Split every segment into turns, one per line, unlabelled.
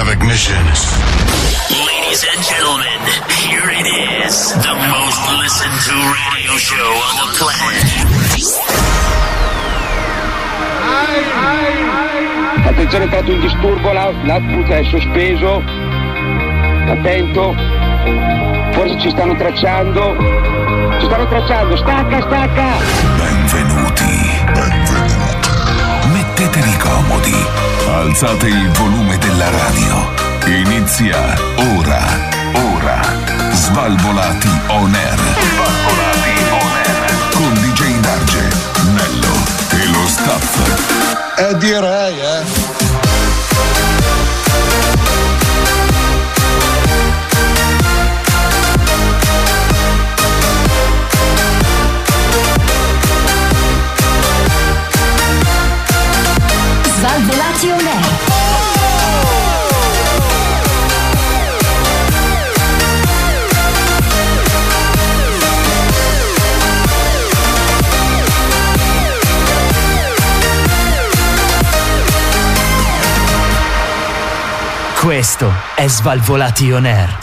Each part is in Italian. Ignitions.
Ladies and gentlemen, here it is, the most listened to radio show on the planet.
Attenzione, è entrato un disturbo, la- l'output è sospeso. Attento. Forse ci stanno tracciando. Ci stanno tracciando, stacca, stacca!
Benvenuti. Benvenuti. Mettetevi comodi. Alzate il volume della radio. Inizia ora. Ora. Svalvolati on air. Svalvolati on air. Con DJ Darge, Nello e lo staff.
Eh direi, eh.
Svalvolati on air.
Questo è Svalvolati On Air.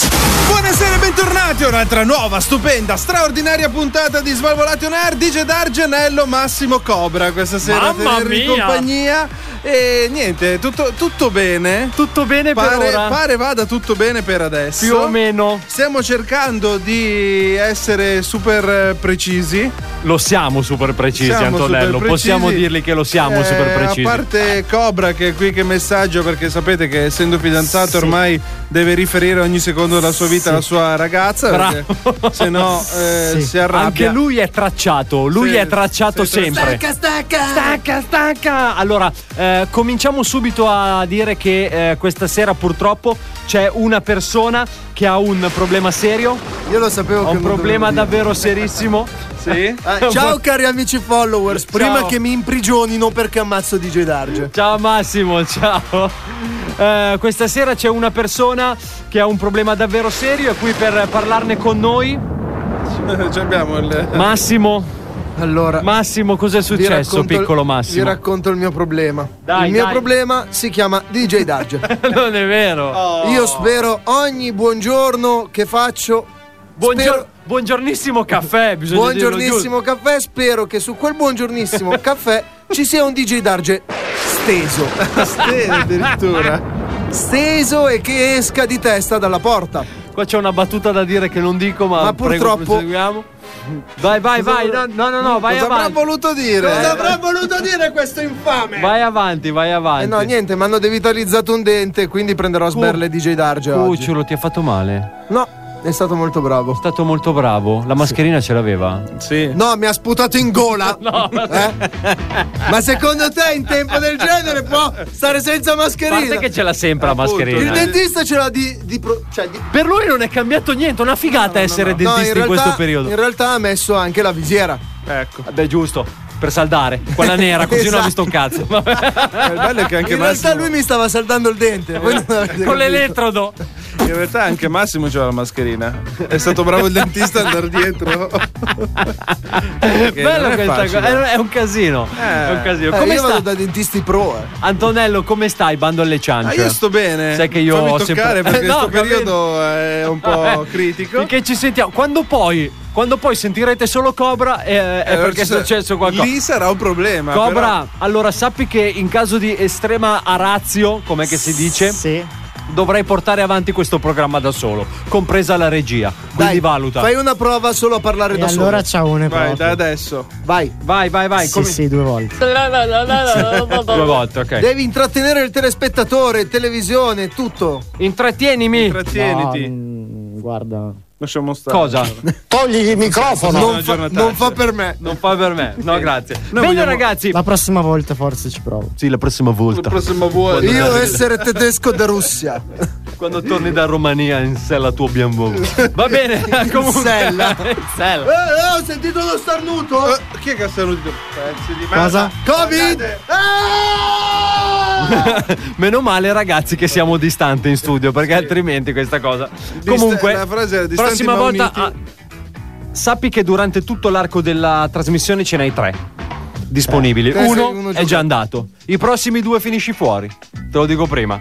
Buonasera e bentornati a un'altra nuova, stupenda, straordinaria puntata di Svalvolati On Air DJ D'Argenello Massimo Cobra questa sera a
Mamma
tenervi
mia!
compagnia e niente, tutto, tutto bene
Tutto bene per
pare,
ora?
pare vada tutto bene per adesso
Più o meno.
Stiamo cercando di essere super eh, precisi
Lo siamo super precisi,
Siamo
Antonello.
super
Possiamo
precisi.
dirgli che lo siamo
Eh,
super precisi.
A parte Cobra che è qui che messaggio perché sapete che essendo fidanzato
Sì.
ormai deve riferire ogni secondo della sua vita
Sì.
alla sua ragazza
Bravo.
perché se no eh,
Ah, Sì.
si arrabbia.
Anche lui è tracciato, lui
Sì,
è tracciato
sì, sì.
sempre. Stacca, stacca! Stacca, stacca! Allora, eh, cominciamo subito a dire che eh, questa sera purtroppo c'è una persona che ha un problema serio,
Io lo sapevo
ha
che
un
non
problema
dovevo
davvero serissimo.
Sì?
dire. Eh, ciao cari amici followers, prima che mi imprigionino perché ammazzo DJ Darge.
Ciao Massimo, ciao. Eh, questa sera c'è una persona che ha un problema davvero serio, è qui per parlarne con noi.
Ci abbiamo il
Massimo,
Allora,
Massimo, cos'è
vi
successo,
racconto-
piccolo
Vi
Massimo?
racconto il mio problema.
Dai,
il mio
dai.
problema si chiama DJ Darge.
non è vero.
Io spero ogni buongiorno che faccio
Buongior-
spero-
Buongiornissimo caffè, bisogna
buongiornissimo caffè, spero che su quel buongiornissimo caffè ci sia un DJ Darge steso.
Stella addirittura.
steso e che esca di testa dalla porta.
dirlo. Qua c'è una battuta da dire che non dico, ma,
Ma
prego,
purtroppo-
proseguiamo. Vai, vai, vai. No, no, no, no, vai
Cosa avrà
avanti.
voluto dire?
voluto dire questo infame?
Vai avanti, vai avanti.
Eh no, niente, mi hanno devitalizzato un dente, quindi prenderò a sberle DJ Darge oggi.
Cucciolo, ti ha fatto male.
No, è stato molto bravo.
È stato molto bravo. La mascherina ce l'aveva.
Sì.
No, mi ha sputato in gola. Eh? Ma secondo te in tempo del genere può stare senza
A parte
mascherina?
che ce l'ha sempre la
Appunto.
Il
mascherina.
dentista ce l'ha di... di pro- cioè, di-
Per lui non è cambiato niente, una figata essere
No,
dentista in, questo periodo.
in realtà ha messo anche la visiera.
Ecco.
Vabbè, giusto. Per saldare, quella nera, così non ha visto un cazzo.
Esatto. Il bello è che anche
in realtà
Massimo
lui mi stava saldando il dente. voi non avete capito.
Con l'elettrodo.
in realtà anche Massimo c'ha la mascherina. È stato bravo il dentista ad andare dietro. Perché non
Bella
è
questa
facile.
cosa. È, è un casino. È un casino.
Eh,
Come
io
sta?
vado da dentisti pro, eh.
Antonello, come stai? Bando alle
Ah,
ciance.
io sto bene.
Sai che io
Fammi
ho
toccare
sempre-
perché
Eh, no,
questo
capito.
periodo è un po' critico.
Perché ci sentiamo. Quando poi, quando poi sentirete solo Cobra, eh, è
Allora
perché è
ci sa-
successo qualcosa.
Lì sarà un problema.
Cobra, allora sappi che in caso di estrema arazio, come che si dice,
Sì.
dovrei portare avanti questo programma da solo, compresa la regia. Quindi
Dai,
valuta.
Fai una prova solo a parlare
E
da
allora
solo.
ciaone
Però, vai,
proprio.
da adesso.
Vai.
Vai, vai, vai.
sì,
come-
sì, due volte.
Due volte, ok.
Devi intrattenere il telespettatore, televisione, tutto.
Intrattienimi.
Trattieniti.
No, mm, guarda.
Lasciamo stare.
Cosa?
non, fa,
giornataccia.
non fa per me.
Non fa per me. No, grazie. Bene,
vogliamo-
ragazzi.
La prossima volta forse ci provo.
Sì, la prossima
Il
volta.
prossimo vuoto.
Io essere tedesco da Russia.
Quando torni da Romania, in sella tuo bianvo. Va bene, comunque.
sella.
In sella.
Eh, ho sentito lo starnuto.
Eh, chi è che ha saluto? Pezzi di
Cosa?
merda.
Covid. Ah!
Meno male, ragazzi, che siamo distanti in studio, perché altrimenti questa cosa. Comunque,
la frase era distanti
prossima
ma
volta.
uniti.
ah, sappi che durante tutto l'arco della trasmissione ce n'hai tre
Eh,
disponibili.
Tre,
uno
sei, uno
è
gioca-
già andato. I prossimi due finisci fuori. Te lo dico prima.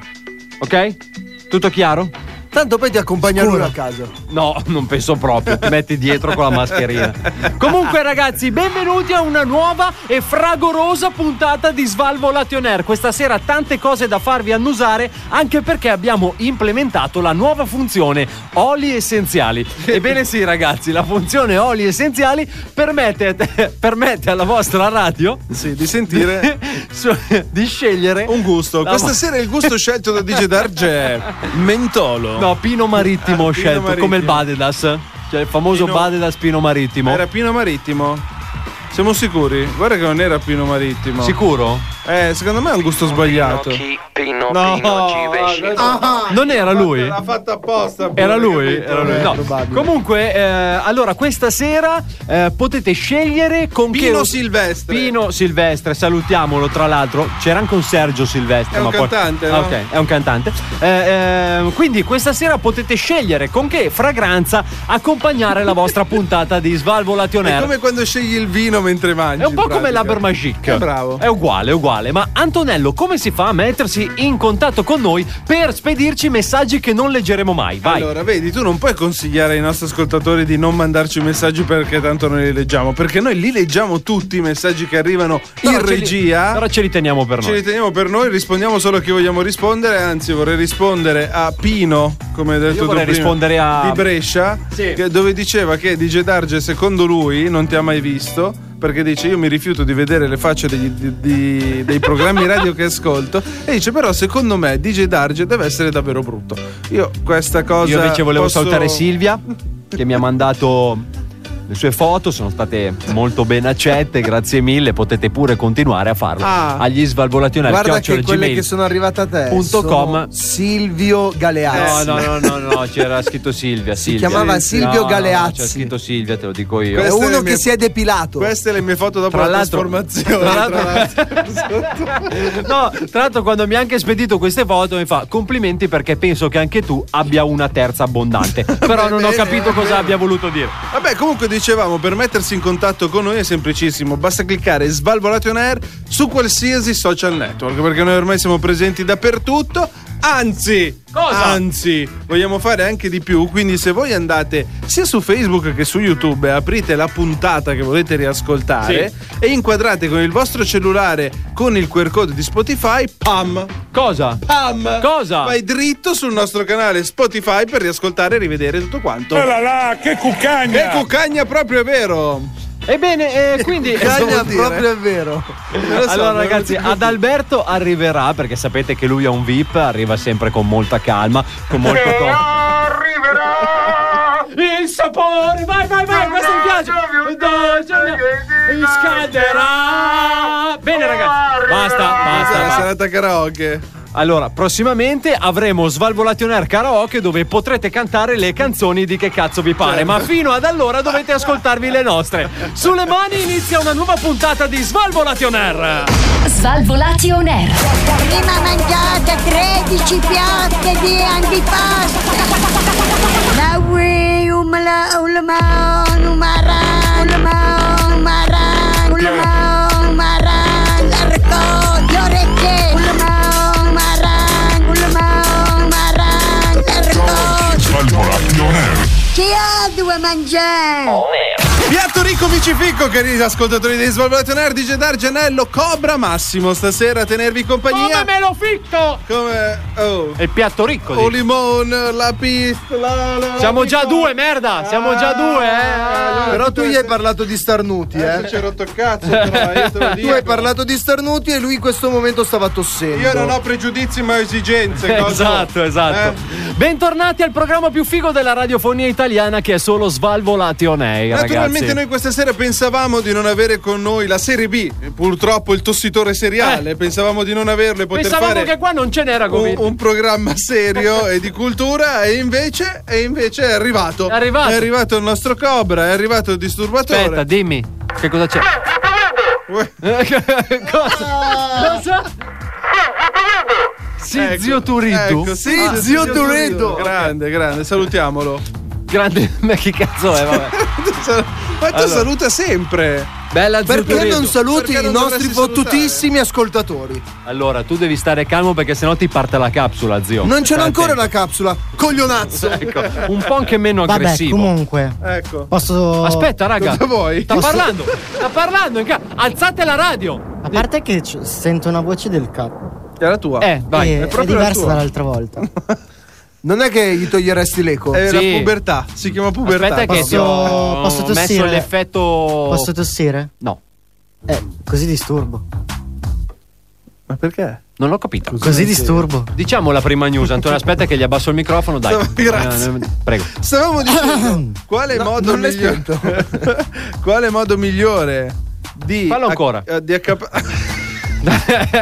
Ok? Tutto chiaro?
Tanto poi ti accompagna lui a casa.
No, non penso proprio. Ti metti dietro con la mascherina. Comunque, ragazzi, benvenuti a una nuova e fragorosa puntata di Svalvo Lation Air. Questa sera tante cose da farvi annusare, anche perché abbiamo implementato la nuova funzione oli essenziali. Ebbene sì, ragazzi, la funzione oli essenziali permette, permette alla vostra radio
Sì, di sentire
su- di scegliere
un gusto.
La
Questa
vo-
sera il gusto scelto da DJ Darge è mentolo.
No, Pino Marittimo ho
Ah, Pino
scelto, come il
Marittimo.
Badedas. Cioè il famoso
Pino-
Badedas Pino Marittimo.
Era Pino Marittimo? Siamo sicuri? Guarda che non era Pino Marittimo.
Sicuro?
eh, secondo me è un gusto sbagliato.
Pino,
No, Ah,
Non era Ah, lui?
L'ha fatta apposta.
Era
pure,
lui,
capito?
era lui.
Eh,
No.
probabile.
Comunque, eh, allora questa sera eh, potete scegliere con che.
Pino Silvestre.
Pino Silvestre, salutiamolo tra l'altro. C'era anche un Sergio Silvestre.
È un
ma poi-
cantante, no?
Ah, Ok, è un cantante. Eh, eh, quindi questa sera potete scegliere con che fragranza accompagnare la vostra puntata di Svalvolation
È
Air.
come quando scegli il vino mentre mangi.
È un po'
in
come
pratica.
l'Abermagic.
Eh, bravo.
È uguale, è uguale. Ma Antonello, come si fa a mettersi in contatto con noi per spedirci messaggi che non leggeremo mai? Vai.
Allora, vedi, tu non puoi consigliare ai nostri ascoltatori di non mandarci messaggi perché tanto noi li leggiamo, perché noi li leggiamo tutti i messaggi che arrivano
Però
in
ce li-
regia.
però ce li teniamo per
Ce
noi.
li teniamo per noi, rispondiamo solo a chi vogliamo rispondere, anzi vorrei rispondere a Pino, come hai detto tu
vorrei
prima,
rispondere a-
di Brescia,
Sì.
che- dove diceva che DJ Darge secondo lui non ti ha mai visto, perché dice io mi rifiuto di vedere le facce degli- di- di- dei programmi radio che ascolto, e dice però secondo me DJ Darge deve essere davvero brutto. Io questa cosa...
Io invece volevo
posso-
salutare Silvia, che mi ha mandato le sue foto, sono state molto ben accette, grazie mille, potete pure continuare a farlo.
Ah.
Agli svalvolationari
Guarda che
chiocciola
quelle
gmail.
che sono arrivate a te
Punto
sono
com.
Silvio
No,
Galeazzi.
no, no, no, no, c'era scritto Silvia.
Si
Silvia.
chiamava Silvio
No, no, no,
Galeazzi.
c'era scritto Silvia, te lo dico io.
È
Queste le
uno
mie-
che si è depilato.
Queste le mie foto dopo
Tra
la
l'altro-
trasformazione.
tra
tra
l'altro- No, tra l'altro quando mi ha anche spedito queste foto mi fa complimenti perché penso che anche tu abbia una terza abbondante. Però non ho
bene,
capito
va
cosa
bene.
abbia voluto dire.
Vabbè, comunque dicevamo, per mettersi in contatto con noi è semplicissimo, basta cliccare Svalvolation Air su qualsiasi social network, perché noi ormai siamo presenti dappertutto. Anzi,
Cosa?
anzi, vogliamo fare anche di più, quindi se voi andate sia su Facebook che su YouTube e aprite la puntata che volete riascoltare e inquadrate con il vostro cellulare con il QR code di Spotify, pam,
Cosa?
pam,
Cosa?
Vai dritto sul nostro canale Spotify per riascoltare e rivedere tutto quanto. E
che cucagna!
cucagna proprio è vero!
Ebbene, eh, quindi...
Cagna,
vuol dire?
proprio è vero.
Non lo so,
allora
non lo
ragazzi,
so.
ad Alberto arriverà perché sapete che lui è un VIP, arriva sempre con molta calma, con molto arriverà il sapore, vai vai vai, questo mi piace. Mi scalderà. Bene ragazzi, basta, basta,
Questa è Oh, la
basta.
serata karaoke.
Allora, prossimamente avremo Svalvolation Air Karaoke dove potrete cantare le canzoni di che cazzo vi pare, ma
Certo.
fino ad allora dovete ascoltarvi le nostre. Sulle mani inizia una nuova puntata di Svalvolation Air.
Svalvolati on air.
Prima mangiate 13 piatte di antipasto. La ui, umla, ulma, umara, ulma, umara, ulma, umara, l'arco, le orecchie, ulma, umara, ulma, umara, l'arco.
Svalvolation Air.
Chi ha due mangiare?
Piatto ricco micifico, cari ascoltatori di Svalvolato Nerd, DJ Dargenello, Cobra Massimo, stasera a tenervi compagnia.
Come me lo fitto!
Come... Oh.
È il piatto ricco. dico.
Oh, limon, la pistola. la- Ah,
Siamo già due, merda! Siamo già due, eh!
Però tu gli hai parlato di starnuti,
Eh,
eh.
ci hai rotto il cazzo, però, io te lo
Tu
dico.
hai parlato di starnuti e lui in questo momento stava tossendo.
Io non ho pregiudizi ma ho esigenze. cosa-
Esatto, esatto.
Eh.
Bentornati al programma più figo della radiofonia italiana che è solo Svalvolati on Air,
Naturalmente
ragazzi.
noi questa sera pensavamo di non avere con noi la Serie B, purtroppo il tossitore seriale,
Eh.
pensavamo di non averlo e poter
Pensavamo
fare
che qua non ce n'era
un,
come
un programma serio e di cultura e invece, e invece è arrivato.
È arrivato.
È arrivato il nostro Cobra, è arrivato il disturbatore.
Aspetta, dimmi, che cosa c'è?
Uè,
cosa? cosa? Sì,
ecco,
zio Turintu.
ecco, sì,
Ah, zio Turintu.
Grande, grande, salutiamolo.
Grande, ma che cazzo è? Vabbè.
Ma tu saluta sempre.
Bella
Perché
Zuccheretto.
non saluti
Perché non
i nostri
dovresti salutare?
fottutissimi ascoltatori?
Allora, tu devi stare calmo perché sennò ti parte la capsula, zio.
Non ce l'ho
Stai
ancora
attento.
la capsula, coglionazzo.
Ecco, un po' anche meno
Vabbè,
aggressivo.
comunque,
Ecco.
posso.
Aspetta, raga.
Cosa vuoi?
Sta parlando. sta parlando. in ca- Alzate la radio.
A parte che c- sento una voce del capo.
È la tua.
Eh, vai.
che
è
è,
proprio la
diversa
tua.
dall'altra volta.
Non è che gli toglieresti l'eco.
È
Sì.
la pubertà. Si chiama pubertà.
Aspetta che
Posso-
ti ho
posso
messo
tossire?
l'effetto
Posso tossire?
No,
Eh, così disturbo.
Ma perché?
non l'ho capito.
Così disturbo.
Diciamo la prima news, Antonio, aspetta che gli abbasso il microfono, dai.
No, grazie.
Eh, Prego.
Stavamo dicendo quale
No,
modo
non l'hai
migliore quale modo migliore di
Fallo ancora.
eh, di accap-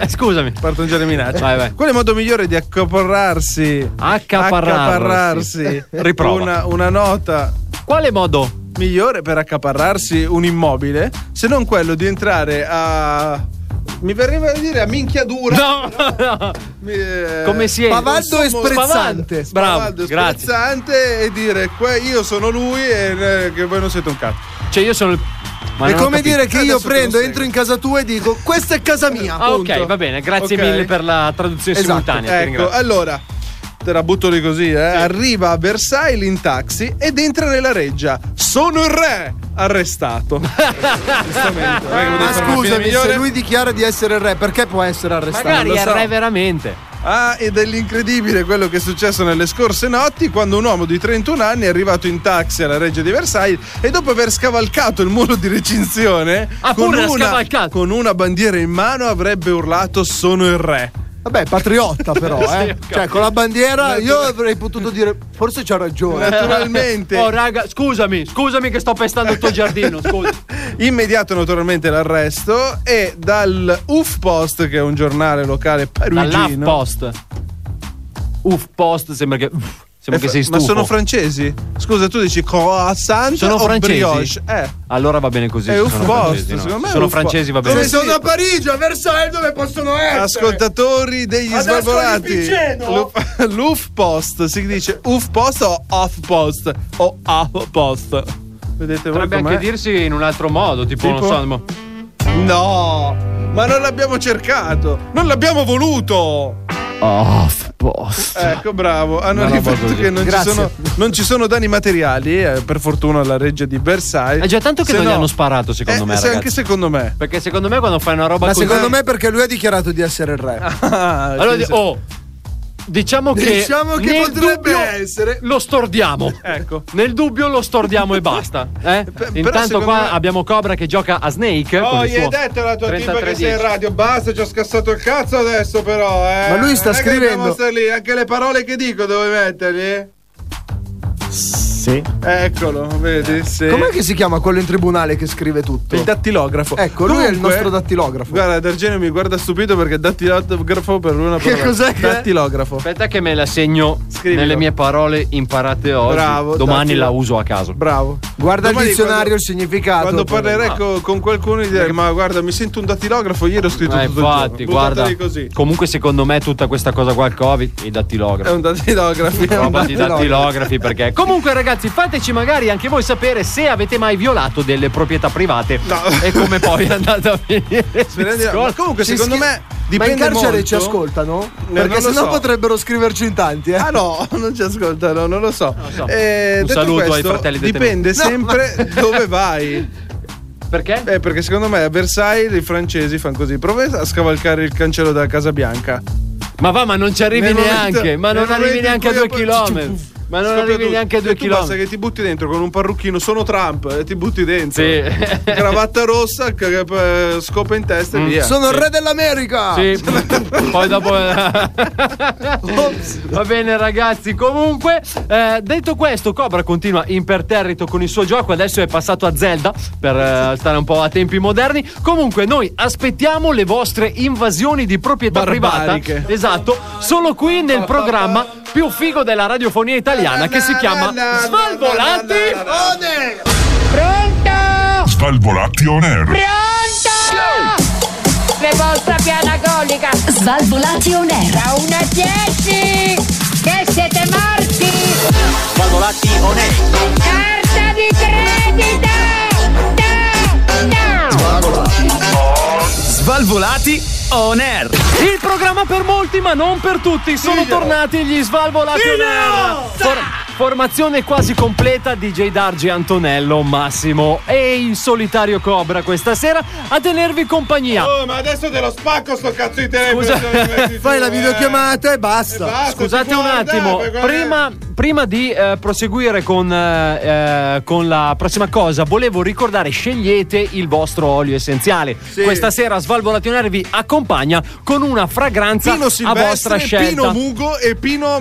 Scusami.
partono già le minacce.
Vai, vai.
Quale modo migliore di accaparrarsi
Accaparrarsi.
accaparrarsi
Riprova.
Una, una nota
Quale modo?
migliore per accaparrarsi un immobile se non quello di entrare a mi verrebbe da dire a minchiadura
No, no.
Mi- eh,
Come si è?
Pavaldo e sprezzante.
Pavaldo. Bravo,
Spavaldo,
grazie.
sprezzante e dire "Que- io sono lui e eh, che voi non siete un cazzo
Cioè io sono il ma
è
non ho
come
capito.
dire che
Adesso
io
te lo
prendo,
spiego.
entro in casa tua e dico questa è casa mia.
Ah,
punto.
ok, va bene, grazie
Ok.
mille per la traduzione
Esatto,
simultanea. ti
Ecco,
ringrazio.
allora te la butto lì così, eh. Arriva a Versailles in taxi ed entra nella reggia. Sono il re! Arrestato. Giustamente. non è
Ma
che potevi fare una fine
scusami,
migliore?
se lui dichiara di essere il re, perché può essere arrestato?
Magari
lo
è il
so.
re veramente.
Ah, ed è l'incredibile quello che è successo nelle scorse notti quando un uomo di 31 anni è arrivato in taxi alla reggia di Versailles e dopo aver scavalcato il muro di recinzione
Ah, pure l'ha scavalcato.
con una bandiera in mano avrebbe urlato sono il re.
Vabbè, patriotta però,
Sì,
eh.
ho
cioè, con la bandiera io avrei potuto dire forse c'ha ragione.
Naturalmente.
Oh, raga, scusami, scusami che sto pestando il tuo giardino, scusa.
Immediato naturalmente l'arresto e dal UF Post, che è un giornale locale
Dall'Huff
parigino.
Post. Uff Post sembra che uff,
Eh,
sembra che sei
ma
stufo.
sono francesi? Scusa, tu dici croissant
Sono
o
francesi?
brioche? Eh,
Allora va bene così.
è
se
UF
sono
Post,
francesi, no. Se
secondo me. è
sono
UF
francesi va
Post.
bene.
Come si-
Parigi, a Versailles dove possono essere?
Ascoltatori degli
Adesso
svalvolati.
Lipiceno?
L'Uf- L'UF Post si dice UF Post o Off Post o Off Post. Vedete voi
Potrebbe
com'è?
anche dirsi in un altro modo, tipo,
Tipo?
non so. mo-
No, ma non l'abbiamo cercato, non l'abbiamo voluto.
Off Post.
Ecco, bravo. Hanno
Una roba
rifatto
così.
che non ci,
Grazie.
sono, non ci sono danni materiali, eh, per fortuna, alla reggia di Versailles.
È Eh, già tanto che
Eh, Se
non gli
no-
hanno sparato, secondo
Eh,
me.
se
ragazzi.
anche secondo me.
Perché secondo me quando fai una roba
Ma
così.
secondo me perché lui ha dichiarato di essere il
Ah.
re.
Allora, oh, diciamo che.
Diciamo che
nel
potrebbe
dubbio
essere.
Lo stordiamo.
Ecco.
Nel dubbio lo stordiamo e basta. eh?
però
Intanto
secondo
qua
me-
abbiamo Cobra che gioca a Snake.
Oh,
Ecco con il
gli hai
suo
detto alla tua tipa che sei in
3310.
radio. Basta, ci ho scassato il cazzo adesso, però. Eh.
Ma lui sta
Non è che dobbiamo
scrivendo.
stare lì. Anche le parole che dico dove metterli?
Sì.
Eccolo, vedi? Sì.
Com'è che si chiama quello in tribunale che scrive tutto?
Il dattilografo.
Ecco, lui è il
Dunque,
nostro dattilografo.
Guarda, D'Argenio mi guarda stupito perché dattilografo per lui è una
Che
parola.
cos'è che è?
Dattilografo.
Aspetta che me la segno
Scrivilo.
nelle mie parole imparate oggi.
Bravo,
Domani
dattilo.
la uso a caso.
Bravo.
Guarda
Domani
il dizionario
quando-
il significato.
Quando parlerai
ma-
co- con qualcuno gli direi ma guarda mi sento un dattilografo ieri ho scritto
Ma
tutto
Eh, infatti,
il giorno Buttateli
guarda.
così
Comunque, secondo me, tutta questa cosa qua al Covid e i
è
dattilografi.
un dattilografo
roba di dattilografi perché comunque ragazzi fateci magari anche voi sapere se avete mai violato delle proprietà private
No.
e come poi è andata a finire
Speriamo di no. Ma comunque
Ci
secondo
schi-
me
Ma
dipende
in carcere
molto-
ci ascoltano?
non lo
Perché sennò
so.
potrebbero scriverci in tanti, eh.
Ah no, non ci ascoltano, non lo so.
so.
Eh,
Un
detto
saluto ai
questo,
fratelli detenuti.
Dipende
No,
sempre dove vai.
perché?
Eh, perché secondo me a Versailles i francesi fanno così. Prova a scavalcare il cancello della Casa Bianca.
ma va ma non ci arrivi
Nel
neanche
momento-
ma non
nel
arrivi
momento in
neanche a
cui
due
apro-
chilometri ma non
Scoppia
arrivi
tutto.
neanche a due
Cioè, tu basta
chilometri
che ti butti dentro con un parrucchino, sono Trump, e ti butti dentro.
Sì.
Cravatta rossa, c- eh, scopa in testa e
Mm.
via.
Sono il re dell'America!
Sì, poi dopo. Va bene, ragazzi. Comunque, eh, detto questo, Cobra continua imperterrito con il suo gioco. Adesso è passato a Zelda per eh, stare un po' a tempi moderni. Comunque, noi aspettiamo le vostre invasioni di proprietà
Barbariche.
privata. Esatto, solo qui nel programma più figo della radiofonia italiana Ah, che si chiama Svalvolati.
Pronto?
Svalvolati on air.
Pronto? vostra piana colica
Svalvolati on air.
da 1 a 10 che siete morti Carta di credito no no
Svalvolati on air.
Il programma per molti, ma non per tutti. Sono
Diglielo.
tornati gli svalvolati on air. For- formazione quasi completa DJ Dargi Antonello Massimo e il solitario Cobra questa sera a tenervi compagnia.
Oh, ma adesso te lo spacco sto cazzo di telefono.
Fai
eh.
la videochiamata e basta.
Scusate un attimo, prima, prima di eh, proseguire con, eh, eh, con la prossima cosa, volevo ricordare: scegliete il vostro olio essenziale. Questa sera Svalvolationare vi accompagna con una fragranza
Pino
a
Silvestre,
vostra scelta.
Pino Mugo e Pino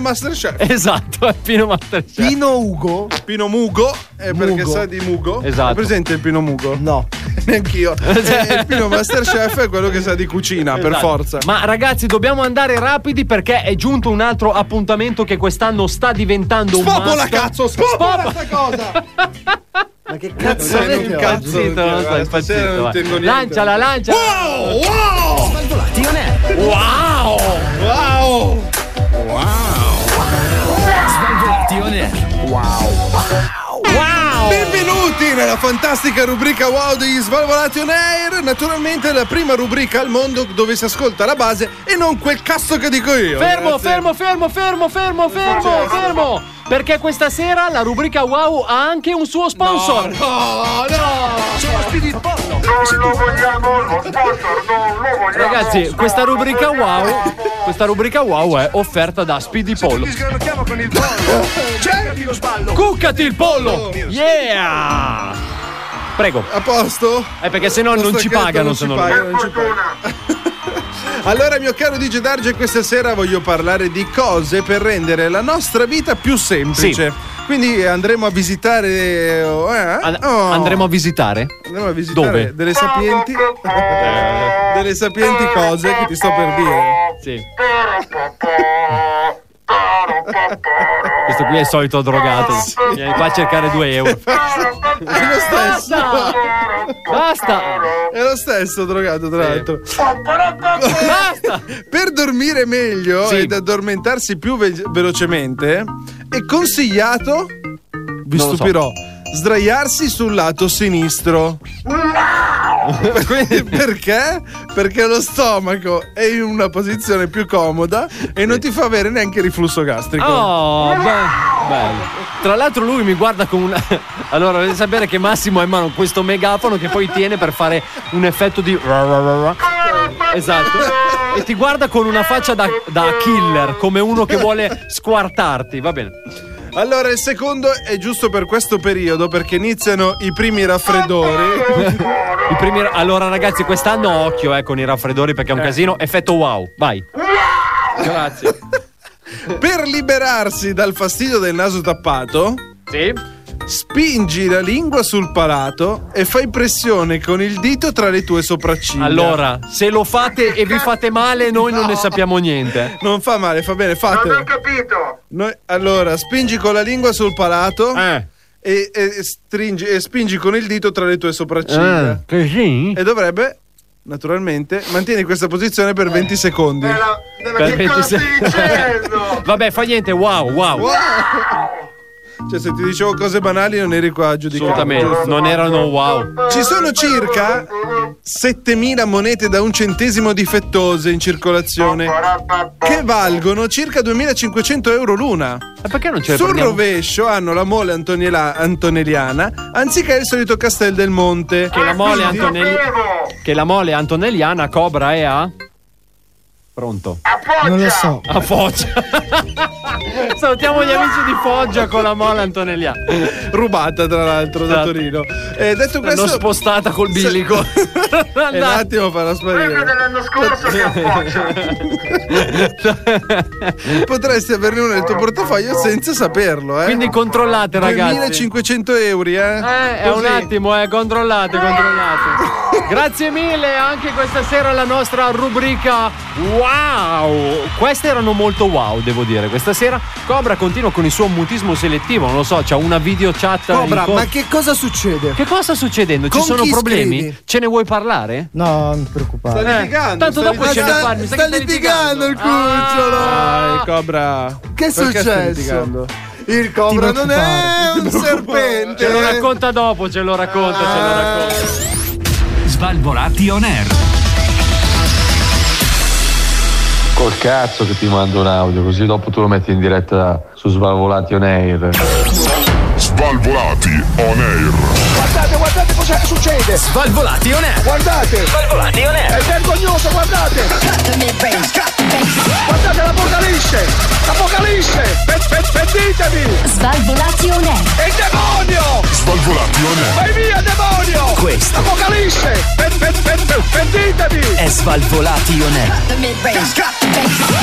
Masterchef.
Esatto, è Pino Masterchef.
Pino Ugo? Pino Mugo, eh, perché
Mugo.
sa di Mugo.
Esatto.
È presente il Pino Mugo?
No.
Neanch'io. Eh, il Pino Masterchef è quello che sa di cucina, per
Esatto.
forza.
Ma ragazzi, dobbiamo andare rapidi perché è giunto un altro appuntamento che quest'anno sta diventando un
Spopola,
must.
cazzo, spopola sta cosa.
Cazzo,
non
non
ti
impazzito,
oggi,
non sto
guarda, stasera
impazzito.
non
vai.
tengo niente.
Lanciala, lancia.
Wow, wow!
Svalvolati on air.
Wow!
Wow!
Svalvolati on air.
Wow!
Benvenuti nella fantastica rubrica Wow degli Svalvolati on Air. Naturalmente la prima rubrica al mondo dove si ascolta la base e non quel cazzo che dico io.
Fermo,
Grazie.
fermo, fermo, fermo, fermo, fermo, fermo! Perché questa sera la rubrica Wow ha anche un suo sponsor!
No, no!
Sono Spirit Porno.
Non lo vogliamo lo sponsor, non lo vogliamo.
Ragazzi, questa rubrica wow, questa rubrica wow è offerta da Speedy Pollo.
sgranocchiamo con il pollo. Cercati lo sballo.
Cuccati il pollo! Yeah! Prego.
A posto?
Eh, perché se no
Lo
non ci
stacchetto
pagano, se
ci
no.
pagano, non ci pagano. Allora, mio caro DJ Darge, questa sera voglio parlare di cose per rendere la nostra vita più semplice. Quindi eh, andremo a visitare. eh,
An-
oh.
Andremo a visitare?
Andremo a visitare
Dove?
delle sapienti. delle sapienti cose che ti sto per dire.
Sì. Questo qui è il solito drogato. Vieni qua a cercare 2 euro.
È lo stesso.
Basta! Basta!
È lo stesso drogato, tra
Sì.
l'altro.
Basta!
Per dormire meglio
Sì.
ed addormentarsi più ve- velocemente, è consigliato.
Non
Vi
lo so.
stupirò. Sdraiarsi sul lato sinistro. Quindi perché? Perché lo stomaco è in una posizione più comoda e non ti fa avere neanche riflusso gastrico.
Oh, be- bello. Tra l'altro lui mi guarda con una... Allora, dovete sapere che Massimo ha in mano questo megafono che poi tiene per fare un effetto di... Esatto. E ti guarda con una faccia da, da killer, come uno che vuole squartarti, va bene.
Allora, il secondo è giusto per questo periodo perché iniziano i primi raffreddori.
I primi... Allora ragazzi, quest'anno occhio eh, con i raffreddori perché è un casino. Effetto wow, vai. Grazie.
per liberarsi dal fastidio del naso tappato,
Sì.
spingi la lingua sul palato e fai pressione con il dito tra le tue sopracciglia.
Allora, se lo fate e vi fate male, noi non ne sappiamo niente.
Non fa male, fa bene, fatelo.
capito.
Noi- allora, spingi con la lingua sul palato
Eh.
e, e stringi, e spingi con il dito tra le tue sopracciglia.
Eh. così?
E dovrebbe, naturalmente, mantieni questa posizione per 20 secondi.
Per 26. Vabbè, fa niente, wow, wow.
Cioè, se ti dicevo cose banali, non eri qua a giudicare.
Assolutamente, non erano wow.
Ci sono circa 7000 monete da un centesimo difettose in circolazione che valgono circa 2500 euro l'una.
Ma perché non ce le
Sul
Cioè, prendiamo?
rovescio hanno la mole antoniela- antonelliana anziché il solito Castel del Monte.
Che la mole
Quindi-
Antonelli- che la mole antonelliana cobra è a Pronto.
Non lo so.
A Foggia. Salutiamo gli amici di Foggia con la mole antonelliana.
Rubata, tra l'altro, da
Esatto.
Torino. E
L'hanno
detto questo.
spostata col bilico.
E un attimo farla sparire.
dell'anno scorso che
Potresti averne uno nel tuo portafoglio senza saperlo, eh.
Quindi controllate, ragazzi.
2500 euro, eh.
Eh, è un
Così.
attimo, eh, controllate, controllate. Grazie mille anche questa sera alla nostra rubrica Wow! Queste erano molto wow, devo dire. Questa sera Cobra continua con il suo mutismo selettivo, non lo so, c'ha una video chat.
Cobra,
in cor-
ma che cosa succede?
Che cosa sta succedendo? Ci
Con
sono
chi
problemi?
scrivi?
Ce ne vuoi parlare?
No, non ti preoccupare.
Sta
Eh,
litigando,
tanto
sta
dopo ce ne
litigando.
parli. mi sa
Sta
che
litigando il cucciolo.
Ah!
Dai, Cobra.
Che è
Perché stai litigando?
successo? Il cobra non è un serpente.
Ce lo
Eh.
racconta dopo, ce lo racconta, ce lo racconta.
Svalvolati on air.
Col cazzo che ti mando un audio, così dopo tu lo metti in diretta su Svalvolati on air.
Svalvolati on air.
Guardate, guardate cosa succede! Svalvolati on air! Guardate! Svalvolati on air! È vergognoso, guardate! Guardate l'apocalisse! L'apocalisse! Pe- pe- Pentitevi! Svalvolati on air! E il demonio!
Svalvolati on air.
Vai via, demonio!
Questo.
Apocalisse! Pe- pe- pe- pe- Pentitevi!
È Svalvolati on air.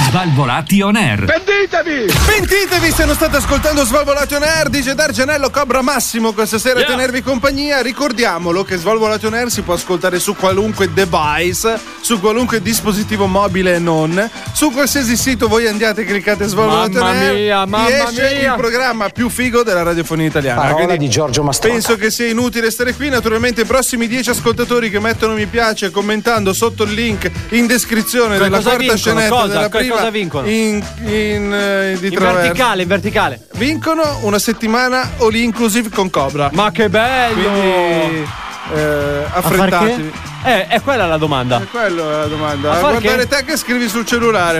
Svalvolati on air.
Pentitevi!
Pentitevi se non state ascoltando Svalvolato on Air, dice Dargenello Cobra Massimo questa sera a tenervi compagnia. Ricordiamolo che Svalvolato on Air si può ascoltare su qualunque device, su qualunque dispositivo mobile e non. Su qualsiasi sito voi andiate, cliccate Svalvolato on
Mamma
Air.
mia,
vi
mamma
esce
mia.
il programma più figo della radiofonia italiana.
Parola
Quindi
di Giorgio Mastrota.
Penso che sia inutile stare qui. Naturalmente, i prossimi 10 ascoltatori che mettono mi piace commentando sotto il link in descrizione
Cosa
della quarta
vincono?
scenetta
Cosa?
della
Cosa
prima
vincono?
in, in, eh, di
In
traverso.
verticale, in verticale.
Vincono una settimana all inclusive con Cobra.
Ma che bello!
Quindi eh, affrettatevi.
Eh, è quella la domanda.
È quella la domanda.
A
A
far che?
guardare te che scrivi sul cellulare.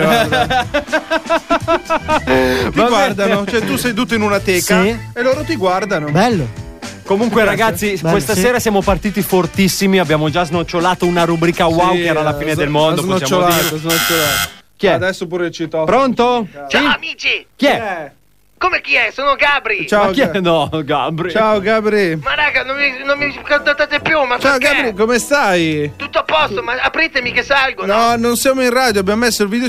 guarda. ti
Vabbè.
guardano, cioè tu sei seduto in una teca
Sì.
e loro ti guardano.
Bello. Comunque,
Grazie.
ragazzi,
Bello,
questa
sì.
sera siamo partiti fortissimi. Abbiamo già snocciolato una rubrica wow
Sì,
che era la fine
eh,
del
sno-
mondo. Possiamo
snocciolato,
dire.
snocciolato.
Chi è?
Adesso pure il citofono.
Pronto?
Ciao amici!
Chi è?
Come chi è? Sono Gabri!
Ma chi è? No, Gabri.
Ciao Gabri.
Ma raga, non mi, non mi contattate più, ma
Ciao
perché?
Gabri, come stai?
Tutto a posto, ma apritemi che salgo, no?
No, non siamo in radio, abbiamo messo il video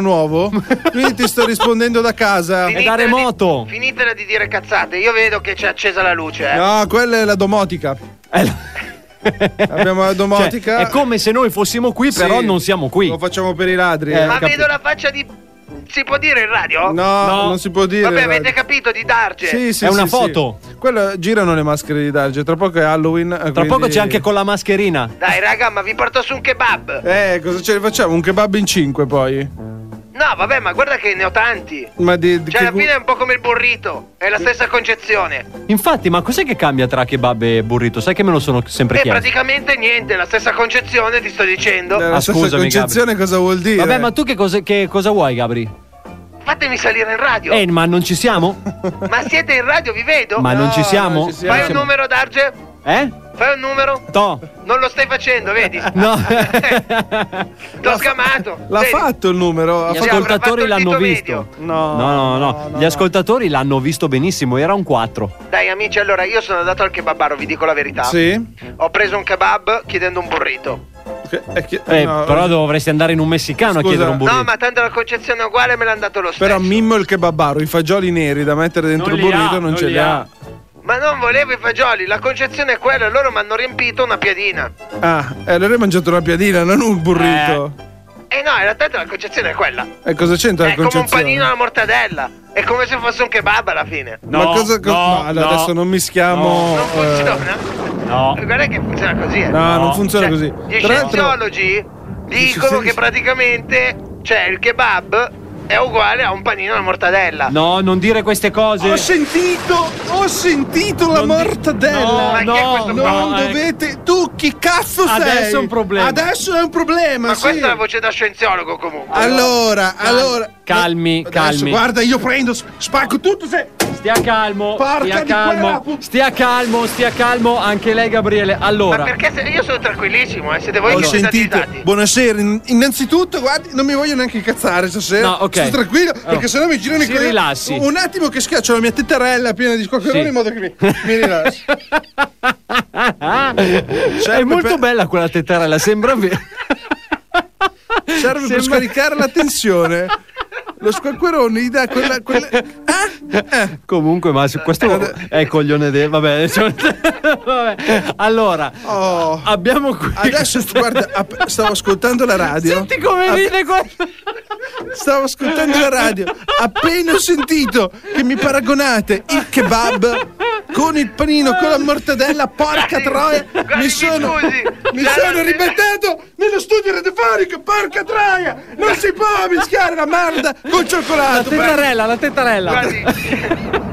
nuovo. Quindi ti sto rispondendo da casa.
Finitela di- finitela di dire cazzate, io vedo che c'è accesa la luce, eh.
No, quella è la domotica. Abbiamo la domotica.
Cioè, è come se noi fossimo qui,
Sì,
però non siamo qui.
Lo facciamo per i ladri.
Eh,
ma
capi-
vedo la faccia di... si può dire in radio?
No, No. non si può dire
Vabbè,
in radio.
avete capito, di Darge.
Sì, sì, sì, sì. Quella- girano le maschere di Darge, tra poco è Halloween. Tra
poco c'è anche con la mascherina.
Dai raga, ma vi porto su un kebab.
Eh, cosa ce ne facciamo? Un kebab in 5 poi.
No, vabbè, ma guarda che ne ho tanti.
Ma di, di
Cioè, alla
che gu-
fine è un po' come il burrito, è la stessa concezione.
Infatti, ma cos'è che cambia tra kebab e burrito? Sai che me lo sono sempre
E
chiesto.
Eh, praticamente niente, la stessa concezione, ti sto dicendo.
Ah, scusami, Gabri.
cosa vuol dire?
Vabbè, ma tu che cosa, che cosa vuoi, Gabri?
Fatemi salire in radio.
Eh, ma non ci siamo?
Eh.
Ma siete in radio, vi vedo?
Ma non ci siamo? non ci siamo.
Fai un numero, Darge?
Eh?
Fai un numero?
To.
Non lo stai facendo, vedi? Eh,
No.
T'ho sgamato.
L'ha fatto il numero? Ha
Gli
fatto-
ascoltatori l'hanno visto.
medio.
No,
no, no, Gli ascoltatori l'hanno visto benissimo, era un 4.
Dai amici, allora io sono andato al kebabaro, vi dico la verità.
Sì.
Ho preso un kebab chiedendo un burrito.
Eh,
no.
però dovresti andare in un messicano a chiedere un burrito.
No, ma tanto la concezione è uguale, me l'ha dato lo stesso.
Però Mimmo il kebabaro, i fagioli neri da mettere dentro il burrito non, ce li ha.
Ma non volevo i fagioli, la concezione è quella, loro mi hanno riempito una piadina.
Ah, e allora hai mangiato una piadina, non un burrito.
Eh no, in realtà la concezione è quella.
E cosa c'entra
È
la
come un
concezione?
panino alla mortadella. È come se fosse un kebab alla fine.
Ma cosa. co- no, allora, adesso non mischiamo.
Non
eh,
funziona?
No.
Guarda che funziona così. eh.
No, non funziona così.
Gli
Tra l'altro-
scienziologi dicono che praticamente cioè il kebab è uguale a un panino alla mortadella.
No, non dire queste cose.
Ho sentito, ho sentito la mortadella.
No, Ma chi è questo no, qua?
non
no, eh.
dovete. Tu chi cazzo sei?
Adesso è un problema.
Adesso è un problema.
Ma
sì.
questa è la voce da scienziologo comunque.
Allora, allora.
Calmi,
Adesso,
calmi.
guarda, io prendo, spacco tutto. Se...
Stia calmo,
Porca
stia
di quella
calmo,
putt-
stia calmo, stia calmo, anche lei Gabriele.
Ma
Allora,
perché se- io sono tranquillissimo, eh, siete voi
Ho
che siete
sentito.
agitati.
Buonasera. in- Innanzitutto, guardi, non mi voglio neanche incazzare stasera.
No, ok.
Sto tranquillo
Allora,
perché sennò mi girano i
si
coglioni.
rilassi.
Un attimo che schiaccio la mia tettarella piena di squacqueroni
Sì.
in modo che mi, mi rilassi.
ah?
Cioè,
è molto bella quella tettarella, sembra vero.
Serve per
Sembra-
scaricare la tensione. Lo squacquerone gli dà quella. quella... eh?
Comunque, ma su questo è il coglione del. Vabbè, cioè- vabbè. allora, abbiamo qui.
Oh. Adesso guarda, ap- stavo ascoltando la radio.
Senti come
Ap-
ride qua.
Stavo ascoltando la radio. Appena ho sentito che mi paragonate il kebab con il panino, con la mortadella, porca troia. Mi sono, mi sono ribettato nello studio radiofonico, porca troia. Non si può mischiare la merda col
La
cioccolato.
tettarella, la tettarella.
Guardi,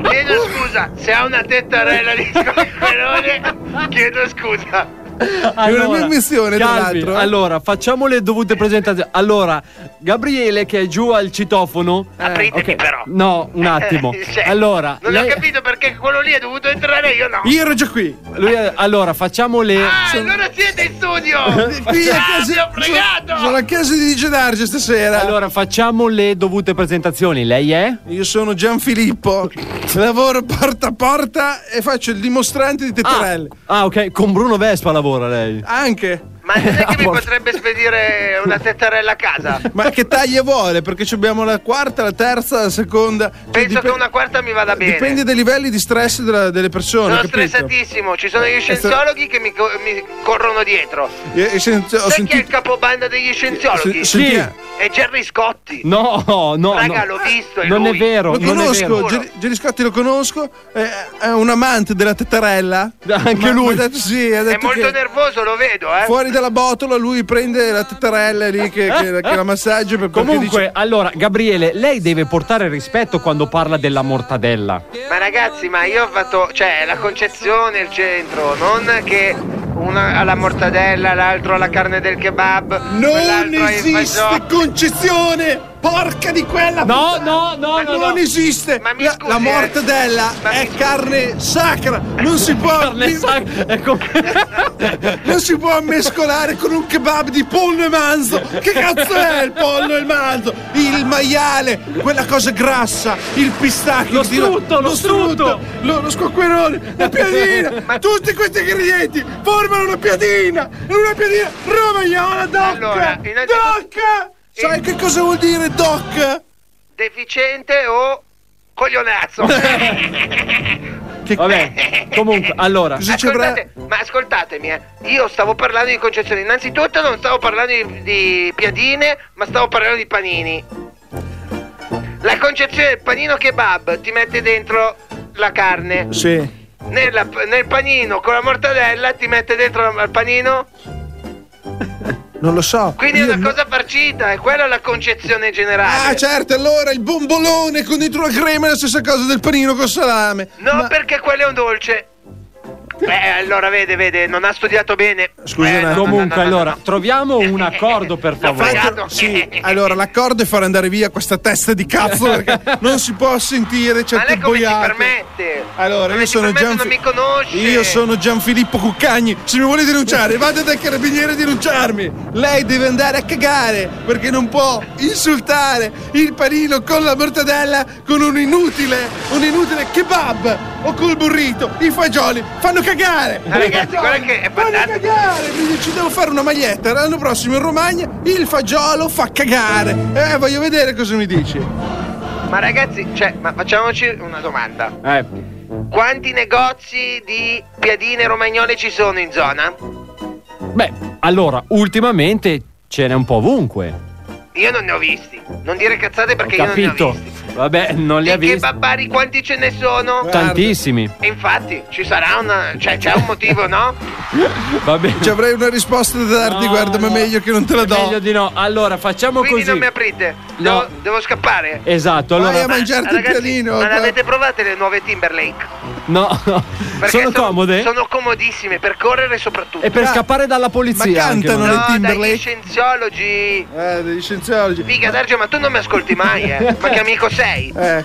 chiedo scusa, se ha una tettarella di squacquerone, chiedo scusa.
è una mia missione, tra
Calvi,
l'altro. eh.
Allora, facciamo le dovute presentazioni. Allora, Gabriele che è gigiù al citofono.
Apritemi
ok.
però.
No, un attimo.
Cioè,
allora,
non
lei-
ho capito perché quello lì è dovuto entrare io no.
io ero già qui. Lui è- Allora, facciamo le.
Ah, allora siete in studio.
Qui è
Ah,
così-
vi ho fregato.
Sono a casa di Gedarge stasera.
Allora, facciamo le dovute presentazioni. Lei è?
Io sono Gianfilippo, lavoro porta a porta e faccio il dimostrante di Tettarelli.
Ah, ok, con Bruno Vespa lavora lei.
Anche.
Ma non è che mi potrebbe spedire una tettarella a casa?
Ma che taglia vuole? Perché ci abbiamo la quarta, la terza, la seconda. Cioè,
Penso che una quarta mi vada bene.
Dipende dai livelli di stress della- delle
Sono
persone. capito?
stressatissimo, ci sono gli scienziologhi che mi, co- mi corrono dietro.
Io- io sento-
Sai
ho
chi è il
sentito.
capobanda degli scienziologhi?
Eh, se- senti-
È Jerry Scotti.
No, no, no.
Raga, l'ho visto, è
Non
lui.
è vero,
Lo
non è vero.
conosco, Ger- Gerry Scotti lo conosco, è, è un amante della tettarella.
Anche
Ma-
lui.
ma ha detto sì, ha
È
detto
molto
che-
nervoso, lo vedo, eh.
Fuori dalla botola lui prende la tettarella lì che, che- che la massaggia per perché
Comunque,
dice-
allora, Gabriele, lei deve portare rispetto quando parla della mortadella.
Ma ragazzi, ma io ho fatto. Cioè, la concezione è il centro, non che una alla mortadella, l'altro alla carne del kebab.
Non
quell'altro ai fagioli.
esiste concezione! Porca di quella!
No,
puttana!
no, no,
Non
no, no.
esiste!
mi
la,
scusi,
la
eh.
mortadella
Ma
è
mi-
carne sacra! Non si può.
Carne sac- è come-
Non si può mescolare con un kebab di pollo e manzo! Che cazzo è il pollo e il manzo? Il maiale, quella cosa grassa, il pistacchio,
Lo
che tira-
strutto, lo strutto.
lo, lo squacquerone, la piadina! Ma tutti questi ingredienti formano una piadina! Una piadina romagnola doc!
Allora, innanzitutto-
doc! Sai che cosa vuol dire doc?
Deficiente o coglionazzo?
Vabbè, comunque, allora.
Ascoltate, ma ascoltatemi, eh. io stavo parlando di concezioni. Innanzitutto non stavo parlando di, di piadine, ma stavo parlando di panini. La concezione del panino kebab ti mette dentro la carne.
Sì.
Nella- nel panino con la mortadella ti mette dentro la- il panino.
Non lo so.
Quindi
Io
è
no-
una cosa farcita, è quella la concezione generale.
Ah, certo, allora il bombolone con dentro la crema è la stessa cosa del panino col salame.
No, perché quello è un dolce. Beh, allora vede, vede, non ha studiato bene.
Scusi un
Eh, no, no,
attimo.
no,
Comunque,
no, no,
allora,
no.
troviamo un accordo per
L'ho
favore.
fregato.
Sì, allora l'accordo è far andare via questa testa di cazzo perché non si può sentire
Ma
certe
lei come si
boiate.
permette?
Allora,
Come
io
si
sono
permette?
Gian...
Non mi conosce.
Io sono Gianfilippo Cuccagni. Se mi vuole denunciare, vada dal carabiniere a denunciarmi. Lei deve andare a cagare perché non può insultare il panino con la mortadella con un inutile, un inutile kebab o col burrito. I fagioli fanno cagare.
Ma ragazzi,
I fagioli
guarda che è
fanno
banale.
cagare. Quindi ci devo fare una maglietta. L'anno prossimo in Romagna il fagiolo fa cagare. Eh, voglio vedere cosa mi dici.
Ma ragazzi, cioè, ma facciamoci una domanda.
Eh,
Quanti negozi di piadine romagnole ci sono in zona?
beh, allora, ultimamente ce n'è un po' ovunque.
Io non ne ho visti. Non dire cazzate
Ho
perché io non ne ho
capito.
visti.
Vabbè, non li
Di
ha
che
visti.
babbari quanti ce ne sono?
Tantissimi.
E infatti, ci sarà una. Cioè, c'è un motivo, no?
Va bene.
Ci avrei una risposta da darti,
No,
guarda, ma
no.
meglio che non te la do.
Meglio di no. Allora, facciamo
Quindi
così.
non mi aprite.
No.
Devo, devo scappare.
Esatto,
Vai
allora.
a mangiarti
Ragazzi,
il pianino.
Ma
guarda.
l'avete provate le nuove Timberlake?
No, no.
Perché
sono comode.
Sono comodissime per correre soprattutto.
E per
Ah,
scappare dalla polizia.
ma
anche,
cantano
no?
le-
No, dagli
Timberlake?
scienziologi.
Eh, degli scienziologi.
Figa, Sergio, ma tu non mi ascolti mai, eh? Ma che amico sei?
Eh,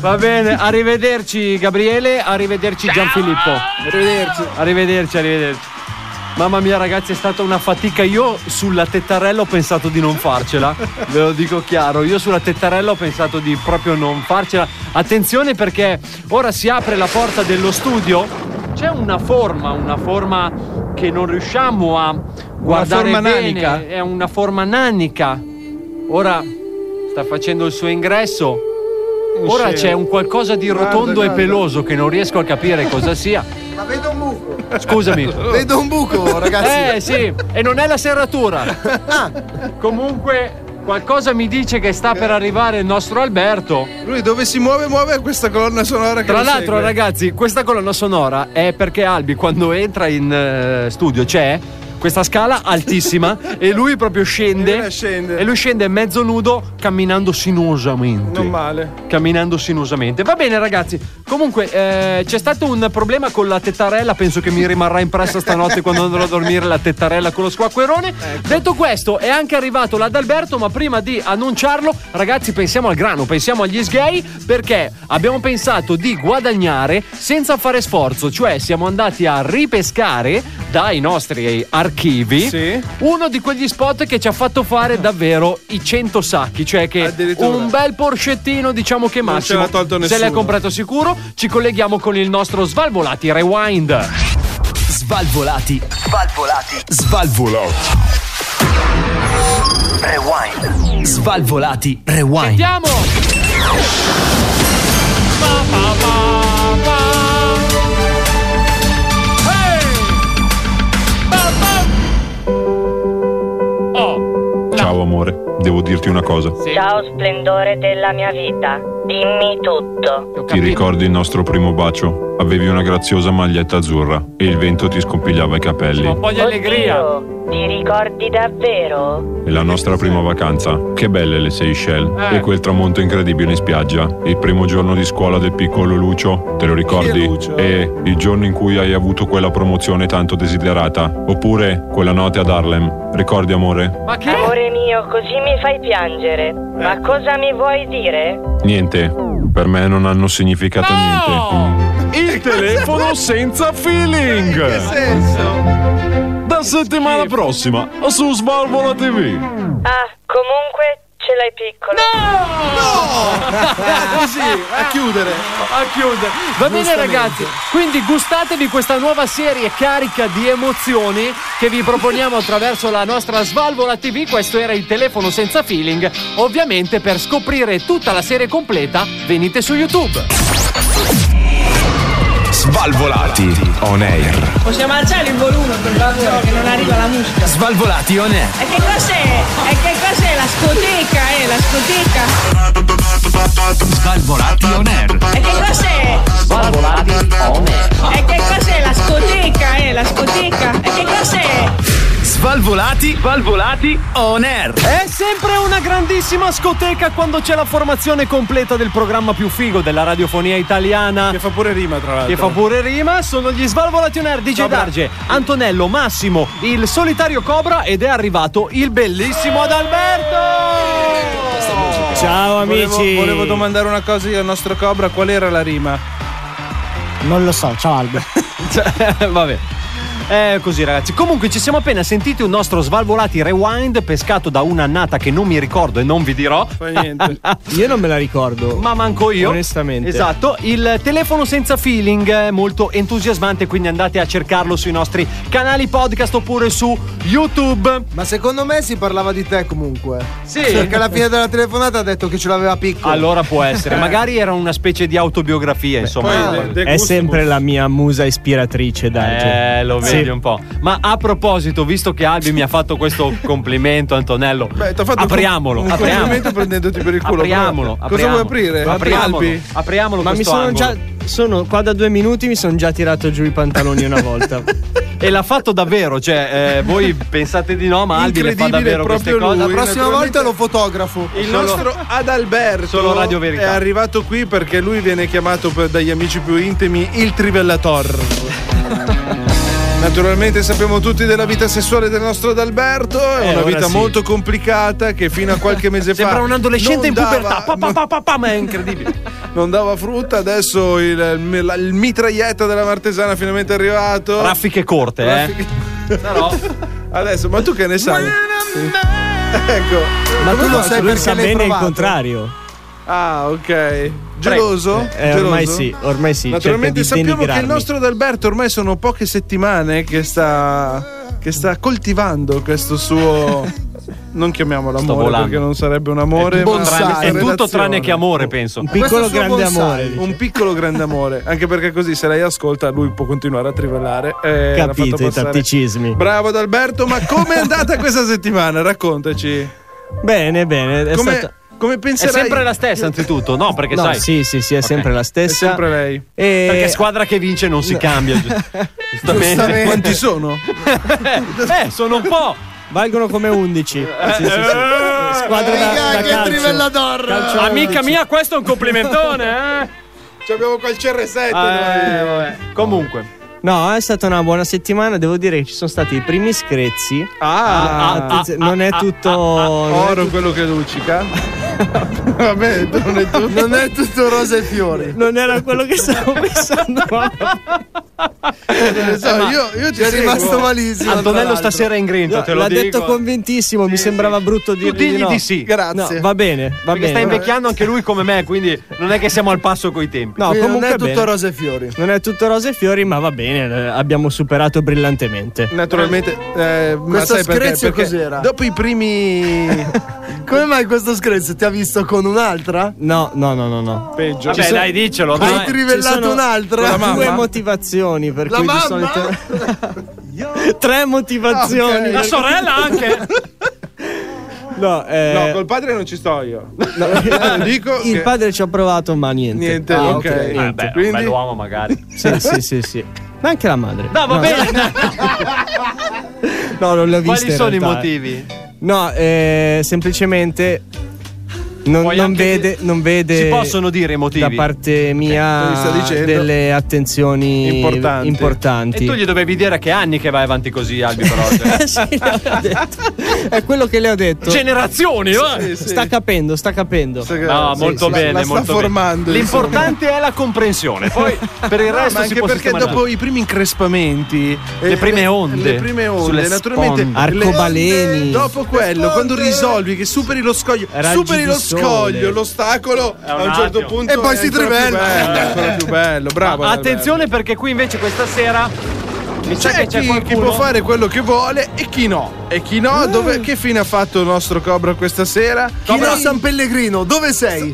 Va bene, arrivederci Gabriele, arrivederci Gianfilippo.
arrivederci.
Arrivederci, arrivederci. Mamma mia ragazzi, è stata una fatica. Io sulla tettarella ho pensato di non farcela, ve lo dico chiaro. Io sulla tettarella ho pensato di proprio non farcela. Attenzione perché ora si apre la porta dello studio. C'è una forma, una forma che non riusciamo a guardare
forma
bene.
nanica?
È una forma nanica. Ora sta facendo il suo ingresso. Ora c'è un qualcosa di
Guarda,
rotondo
guarda.
e peloso che non riesco a capire cosa sia.
Ma vedo un buco!
Scusami.
Vedo un buco, ragazzi!
Eh sì, e non è la serratura. Comunque qualcosa mi dice che sta per arrivare il nostro Alberto.
Lui dove si muove, muove questa colonna sonora che
Tra
lo
l'altro,
segue.
ragazzi, questa colonna sonora è perché Albi quando entra in eh, studio c'è questa scala altissima e lui proprio scende e, lui scende mezzo nudo camminando sinuosamente.
Non male.
Camminando sinuosamente. Va bene ragazzi, comunque eh, c'è stato un problema con la tettarella, penso che mi rimarrà impressa stanotte quando andrò a dormire la tettarella con lo squacquerone. Detto questo, è anche arrivato l'Adalberto, ma prima di annunciarlo, ragazzi, pensiamo al grano, pensiamo agli sgay, perché abbiamo pensato di guadagnare senza fare sforzo, cioè siamo andati a ripescare dai nostri archivi uno di quegli spot che ci ha fatto fare davvero i 100 sacchi, cioè che un bel porcettino, diciamo che
Non ce
massimo
l'ha tolto
se l'è
nessuno.
comprato sicuro. Ci colleghiamo con il nostro Svalvolati Rewind. Svalvolati.
Svalvolati.
Svalvolati.
Rewind. Svalvolati. Rewind.
Sentiamo!
Ciao amore, devo dirti una cosa.
Ciao splendore della mia vita, dimmi tutto.
Ti ricordi il nostro primo bacio? Avevi una graziosa maglietta azzurra e il vento ti scompigliava i capelli.
po' di allegria.
Ti ricordi davvero?
E la nostra prima vacanza. Che belle le Seychelles.
Eh.
E quel tramonto incredibile in spiaggia. Il primo giorno di scuola del piccolo Lucio. Te lo ricordi? E il giorno in cui hai avuto quella promozione tanto desiderata. Oppure quella notte ad Harlem. Ricordi amore?
Ma che? Amore mio, così mi fai piangere. Ma cosa mi vuoi dire?
Niente. Per me non hanno significato niente.
Il telefono senza feeling. che senso? Da settimana prossima su Svalvola TV.
Ah, comunque ce l'hai piccola.
No!
Così, a chiudere.
Eh, A chiudere. Va bene
Giustamente.
ragazzi, quindi gustatevi questa nuova serie carica di emozioni che vi proponiamo attraverso la nostra Svalvola TV, questo era il telefono senza feeling. Ovviamente per scoprire tutta la serie completa venite su YouTube.
Svalvolati on air.
Possiamo alzare il volume per favore che non arriva la musica.
Svalvolati on air.
E che cos'è? E che cos'è la scoteca? Eh, la scoteca.
Svalvolati on air.
E che cos'è?
Svalvolati on air.
E che cos'è la scoteca? Eh, la scoteca. E che cos'è?
Svalvolati. Svalvolati on air.
È sempre una grandissima scoteca quando c'è la formazione completa del programma più figo della radiofonia italiana. Che fa pure rima, tra l'altro. Che fa pure rima. Sono gli Svalvolationer DJ Darge, Antonello, Massimo, il solitario Cobra ed è arrivato il bellissimo Adalberto.
Volevo- Volevo, domandare una cosa io al nostro Cobra, qual era la rima?
Non lo so, ciao Albe. Cioè, Vabbè. È così ragazzi. Comunque ci siamo appena sentiti un nostro Svalvolati Rewind pescato da un'annata che non mi ricordo e non vi dirò.
Io non me la ricordo.
Ma manco io.
Onestamente.
Esatto, il telefono senza feeling è molto entusiasmante, quindi andate a cercarlo sui nostri canali podcast oppure su YouTube.
Ma secondo me si parlava di te comunque.
Sì.
Perché alla fine della telefonata ha detto che ce l'aveva piccola.
Allora può essere,
Eh.
magari era una specie di autobiografia, insomma.
È sempre la mia musa ispiratrice, dai.
Eh, lo
certo.
vedi un po'. Ma a proposito, visto che Albi mi ha fatto questo complimento, Antonello, apriamolo,
Un
apriamolo.
complimento prendendoti per il culo.
Apriamolo,
però.
apriamolo.
Cosa vuoi aprire?
Apriamolo,
Alpi?
apriamolo
Ma mi
questo
sono
angolo.
già. Sono qua da due minuti, mi sono già tirato giù i pantaloni una volta.
E l'ha fatto davvero, cioè, eh, voi pensate di no, ma Albi le fa davvero queste cose.
La prossima volta lo fotografo.
Il nostro Adalberto
Solo Radio Verità.
è arrivato qui perché lui viene chiamato per- dagli amici più intimi il trivellator. Naturalmente sappiamo tutti della vita sessuale del nostro Adalberto, è
Eh,
una
ora
vita
sì.
molto complicata che fino a qualche mese fa...
Sembra un adolescente
non
in
dava-
pubertà. Pa, pa, pa, pa, pa, ma è incredibile.
Non dava frutta, adesso il, il- il mitraglietta della Martesana è finalmente arrivato.
Raffiche corte, eh.
Adesso, ma tu che ne sai? ecco.
Ma
Come
tu lo
faccio?
sai
Lui
perché
sa
l'hai
bene il
provato.
contrario. Ah, ok. Geloso?
Eh, ormai
Geloso?
sì, ormai sì.
Naturalmente
cerca di
sappiamo che il
denigrarmi.
nostro Adalberto ormai sono poche settimane che sta, che sta coltivando questo suo. Non chiamiamolo
Sto
amore
volando.
perché non sarebbe un amore.
È tutto tranne-
ma
è tutto tranne che amore, penso. Un piccolo
Questo è il suo
grande amore, dice.
Un piccolo grande amore. Anche perché così se lei ascolta lui può continuare a trivellare. eh, l'ha
Capito,
fatto
i
passare.
tatticismi.
Bravo Adalberto, ma com'è andata questa settimana? Raccontaci.
Bene, bene. È
Come-
stata
come penserai?
È sempre la stessa, anzitutto, no? Perché
No,
sai.
sì, sì, sì, è sempre la stessa.
È sempre lei.
E-
Perché squadra che vince non si cambia.
Giustamente.
Quanti sono?
eh, sono un po'.
Valgono come 11. Sì, sì, sì. Squadre da- da calcio. Calcio da
eh, Amica
11.
mia, questo è un complimentone, eh?
Abbiamo qua il CR7.
Eh, vabbè. Comunque.
No, è stata una buona settimana. Devo dire che ci sono stati i primi screzi.
Ah, ah,
attenzione, non è tutto. non è
Oro quello che luccica. Vabbè, non è tutto.
Non è tutto rose e fiori.
Non era quello che stavo pensando. Eh,
ne
Eh,
so, io- io ti
Ci è
seguo.
Ah,
Antonello stasera è in grinta,
No,
te lo
l'ha
dico.
detto convintissimo, mi sembrava brutto dirgli
digli
no.
di sì. Grazie.
No, va bene, va
Perché
bene.
sta invecchiando anche lui come me, quindi non è che siamo al passo coi tempi.
No, comunque bene.
e fiori.
Non è tutto rose e fiori, ma va bene, eh, abbiamo superato brillantemente.
Naturalmente, eh, ma
Questo
sai perché?
screzio
Perché
cos'era?
Dopo i primi.
Come mai questo screzio ti ha visto con un'altra?
No, no, no, no, no.
Peggio.
Vabbè, dai, dicelo,
Hai
dai.
trivellato
Ci sono
un'altra?
Due motivazioni per
La
cui
mamma?
di solito Tre motivazioni.
Ah, ok. La sorella
anche.
No, eh,
No, col padre non ci sto io. Lo dico
il
che-
padre ci ha provato, ma niente.
Niente,
Ah,
ok.
ok,
Vabbè,
niente.
Beh, un bell'uomo magari.
Sì, sì, sì, sì. Ma anche la madre.
No, va bene.
No, non l'ho vista.
Quali
in
sono i
realtà. eh.
motivi?
No, eh, semplicemente non,
Puoi
non
anche
vede,
di-
non vede
Si possono dire i motivi?
da parte
Ok, tu mi
mia
stai dicendo-
delle attenzioni importanti.
E tu gli dovevi dire che anni che vai avanti così, Albi Perote.
Sì, l'ho detto. È quello che le ho
Esatto.
detto.
Generazioni, va?
Sì, sì. Sta capendo, sta capendo.
No, molto bene, molto bene. L'importante è la comprensione. Poi per il
No,
resto
ma
si
anche
può
perché
sistemare.
dopo i primi increspamenti, eh,
Le prime onde
le prime
sulle
onde, naturalmente,
sponde.
le-
Arcobaleni.
Dopo quello, quando risolvi, che superi lo scoglio,
Raggi
superi
di
lo
sole.
scoglio, l'ostacolo
È
a
un
un certo
attimo.
punto,
E poi
è
si
ancora più
trivella.
bello, è ancora più bello, bravo.
Ma attenzione perché qui invece questa sera mi sa
c'è,
che c'è
chi, chi
qualcuno
può fare quello che vuole e chi no. E chi no,
Mm.
dove, che fine ha fatto il nostro Cobra questa sera?
Cobra San Pellegrino, dove sei?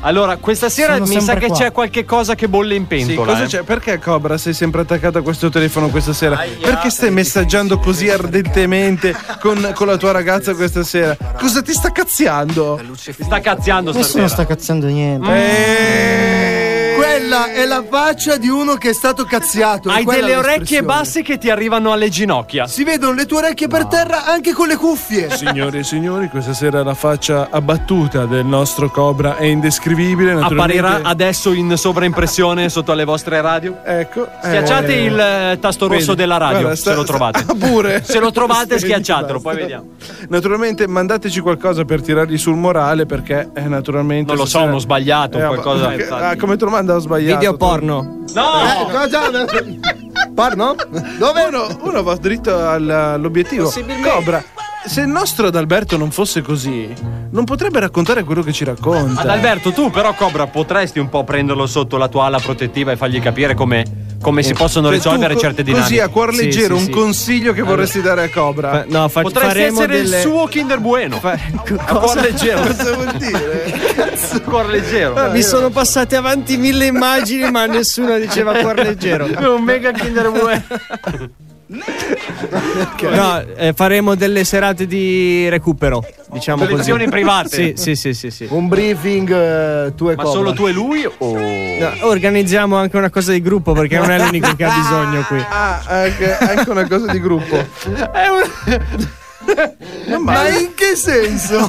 Allora, questa sera
Sono
mi sa
sempre
che
qua.
c'è qualche cosa che bolle in
Sì,
pentola.
cosa
eh.
c'è? Perché Cobra sei sempre attaccata a questo telefono questa sera? Perché stai messaggiando così ardentemente con, con la tua ragazza questa sera? Cosa ti sta cazziando?
Mi sta cazziando
Nessuno
stasera.
sta cazzando niente.
Quella è la faccia di uno che è stato cazziato. è
Hai
quella
delle orecchie
l'espressione.
basse che ti arrivano alle ginocchia.
Si vedono le tue orecchie per terra anche con le cuffie.
Signore e signori, questa sera la faccia abbattuta del nostro Cobra è indescrivibile. naturalmente-
Apparirà adesso in sovraimpressione sotto alle vostre radio.
Ecco.
Schiacciate
eh,
il eh, tasto
vedi,
rosso della radio
guarda, sta-
se lo trovate.
sta- pure.
Se lo trovate,
Sì,
schiacciatelo,
basta.
poi vediamo.
Naturalmente mandateci qualcosa per tirargli sul morale perché eh, naturalmente...
Non lo so,
stasera-
uno sbagliato,
Eh,
qualcosa.
perché- ah, come te lo manda ho sbagliato?
Video porno.
No!
Porno?
Dove? Uno, uno va dritto al- all'obiettivo.
Possibilmente.
Cobra, se il nostro Adalberto non fosse così, non potrebbe raccontare quello che ci racconta.
Ad Alberto, tu però, Cobra, potresti un po' prenderlo sotto la tua ala protettiva e fargli capire come, come si possono
Cioè,
risolvere
tu co-
certe dinamiche.
Così a cuor
Sì,
leggero,
sì,
un
sì.
consiglio che vorresti dare a Cobra.
Fa- no, fa-
Potresti
faremo
essere il
delle-
suo Kinder Bueno.
fa-
A cuor
cosa?
leggero.
Cosa vuol dire?
A cuor leggero.
Mi sono passate avanti mille immagini, ma nessuna diceva cuor leggero.
È un mega Kinder Bueno.
No, eh, faremo delle serate di recupero, diciamo così.
Lezioni private.
Sì, sì, sì, sì, sì.
Un briefing eh, tu e
Ma
Cobra.
solo tu e lui o
No, organizziamo anche una cosa di gruppo perché non è l'unico che ha bisogno qui.
Ah, anche, anche una cosa di gruppo.
Ma in che senso?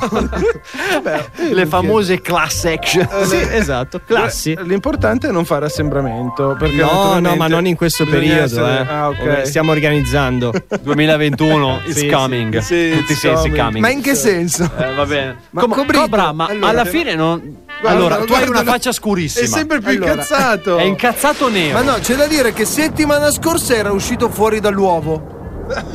le famose class action?
Sì, esatto, classi.
Eh, L'importante è non fare assembramento. Perché
No, no,
naturalmente
ma non in questo
bisogna
periodo,
essere-
eh.
Ah, ok.
Ov- Stiamo organizzando.
2021
Sì,
it's
sì.
coming.
Sì,
Tutti
it's
sei it's
coming.
coming.
Ma in che senso?
Eh, va bene.
Ma
Com-
Cobrito,
Cobra, ma
allora-
alla fine non.
Guarda,
allora, tu hai
guarda
una
la-
faccia scurissima.
È sempre più
Allora.
incazzato.
È incazzato nero.
Ma no, c'è da dire che settimana scorsa era uscito fuori dall'uovo.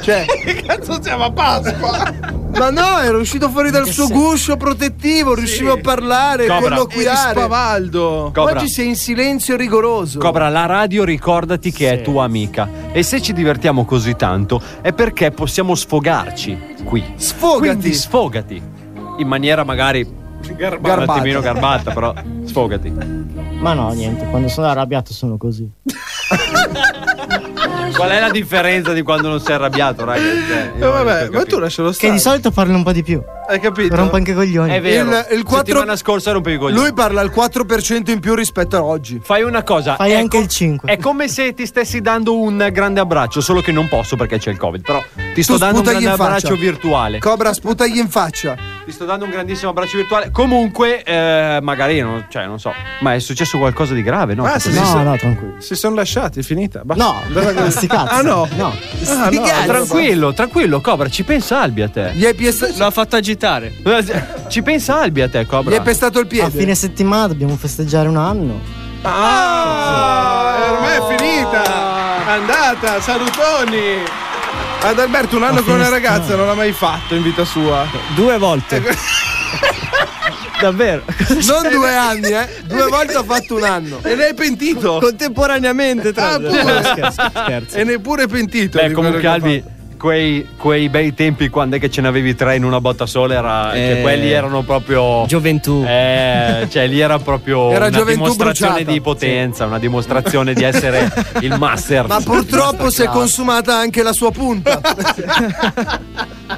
Cioè,
Che cazzo siamo a Pasqua?
ma no, era uscito fuori dal suo guscio protettivo, riusciva a parlare,
Cobra.
colloquiare.
Spavaldo.
Cobra.
Oggi sei in silenzio rigoroso.
Cobra, la radio ricordati che è tua amica. E se ci divertiamo così tanto è perché possiamo sfogarci qui.
Sfogati.
Quindi sfogati. In maniera magari. Un
Garbata.
attimino garbata, però sfogati.
Ma no, niente, quando sono arrabbiato sono così.
Qual è la differenza di quando non sei arrabbiato, raga? Cioè, io non riesco a
ma tu lascialo
Che di solito parli un po' di più.
Hai capito?
Rompo anche i coglioni.
È vero.
Il- il quattro-
Settimana scorsa rompevi i coglioni.
Lui parla il 4% in più rispetto a oggi.
Fai una cosa.
Fai
è
anche
co-
il 5.
È come se ti stessi dando un grande abbraccio, solo che non posso perché c'è il Covid. Però ti sto
Tu
dando un
sputagli
grande
in faccia.
abbraccio virtuale.
Cobra, sputagli in faccia.
Ti sto dando un grandissimo abbraccio virtuale. Comunque, eh, magari non, cioè, non so. Ma è successo qualcosa di grave, no?
Ah,
Tutto
sì,
lì.
sì, sì.
tranquillo.
Si sono lasciati, è finita. Basta.
No, sti cazzi.
Ah, no.
No.
Ah, no,
Tranquillo, tranquillo, Cobra, ci pensa Albi a te.
Gli hai pestato.
L'ha fatto agitare. Ci pensa Albi a te, Cobra.
il
A fine settimana dobbiamo festeggiare un anno.
Ah, ormai è
Oh.
finita. Andata, salutoni. Ad Alberto un anno con una ragazza non l'ha mai fatto in vita sua.
Due volte. Davvero?
Non due anni, eh? Due volte ha fatto un anno.
E ne è pentito.
Contemporaneamente, tra
Ah,
l'altro.
pure.
Scherzo, scherzo.
E neppure pentito.
Beh,
di
comunque,
quello che ha
Albi, quei, quei bei tempi quando è che ce n'avevi tre in una botta sola, era,
Eh,
che quelli erano proprio.
Gioventù.
Eh, cioè, lì era proprio
Era
una
gioventù
dimostrazione
bruciata.
di potenza, una dimostrazione di essere il master.
Ma purtroppo si è
Masterclass.
consumata anche la sua punta.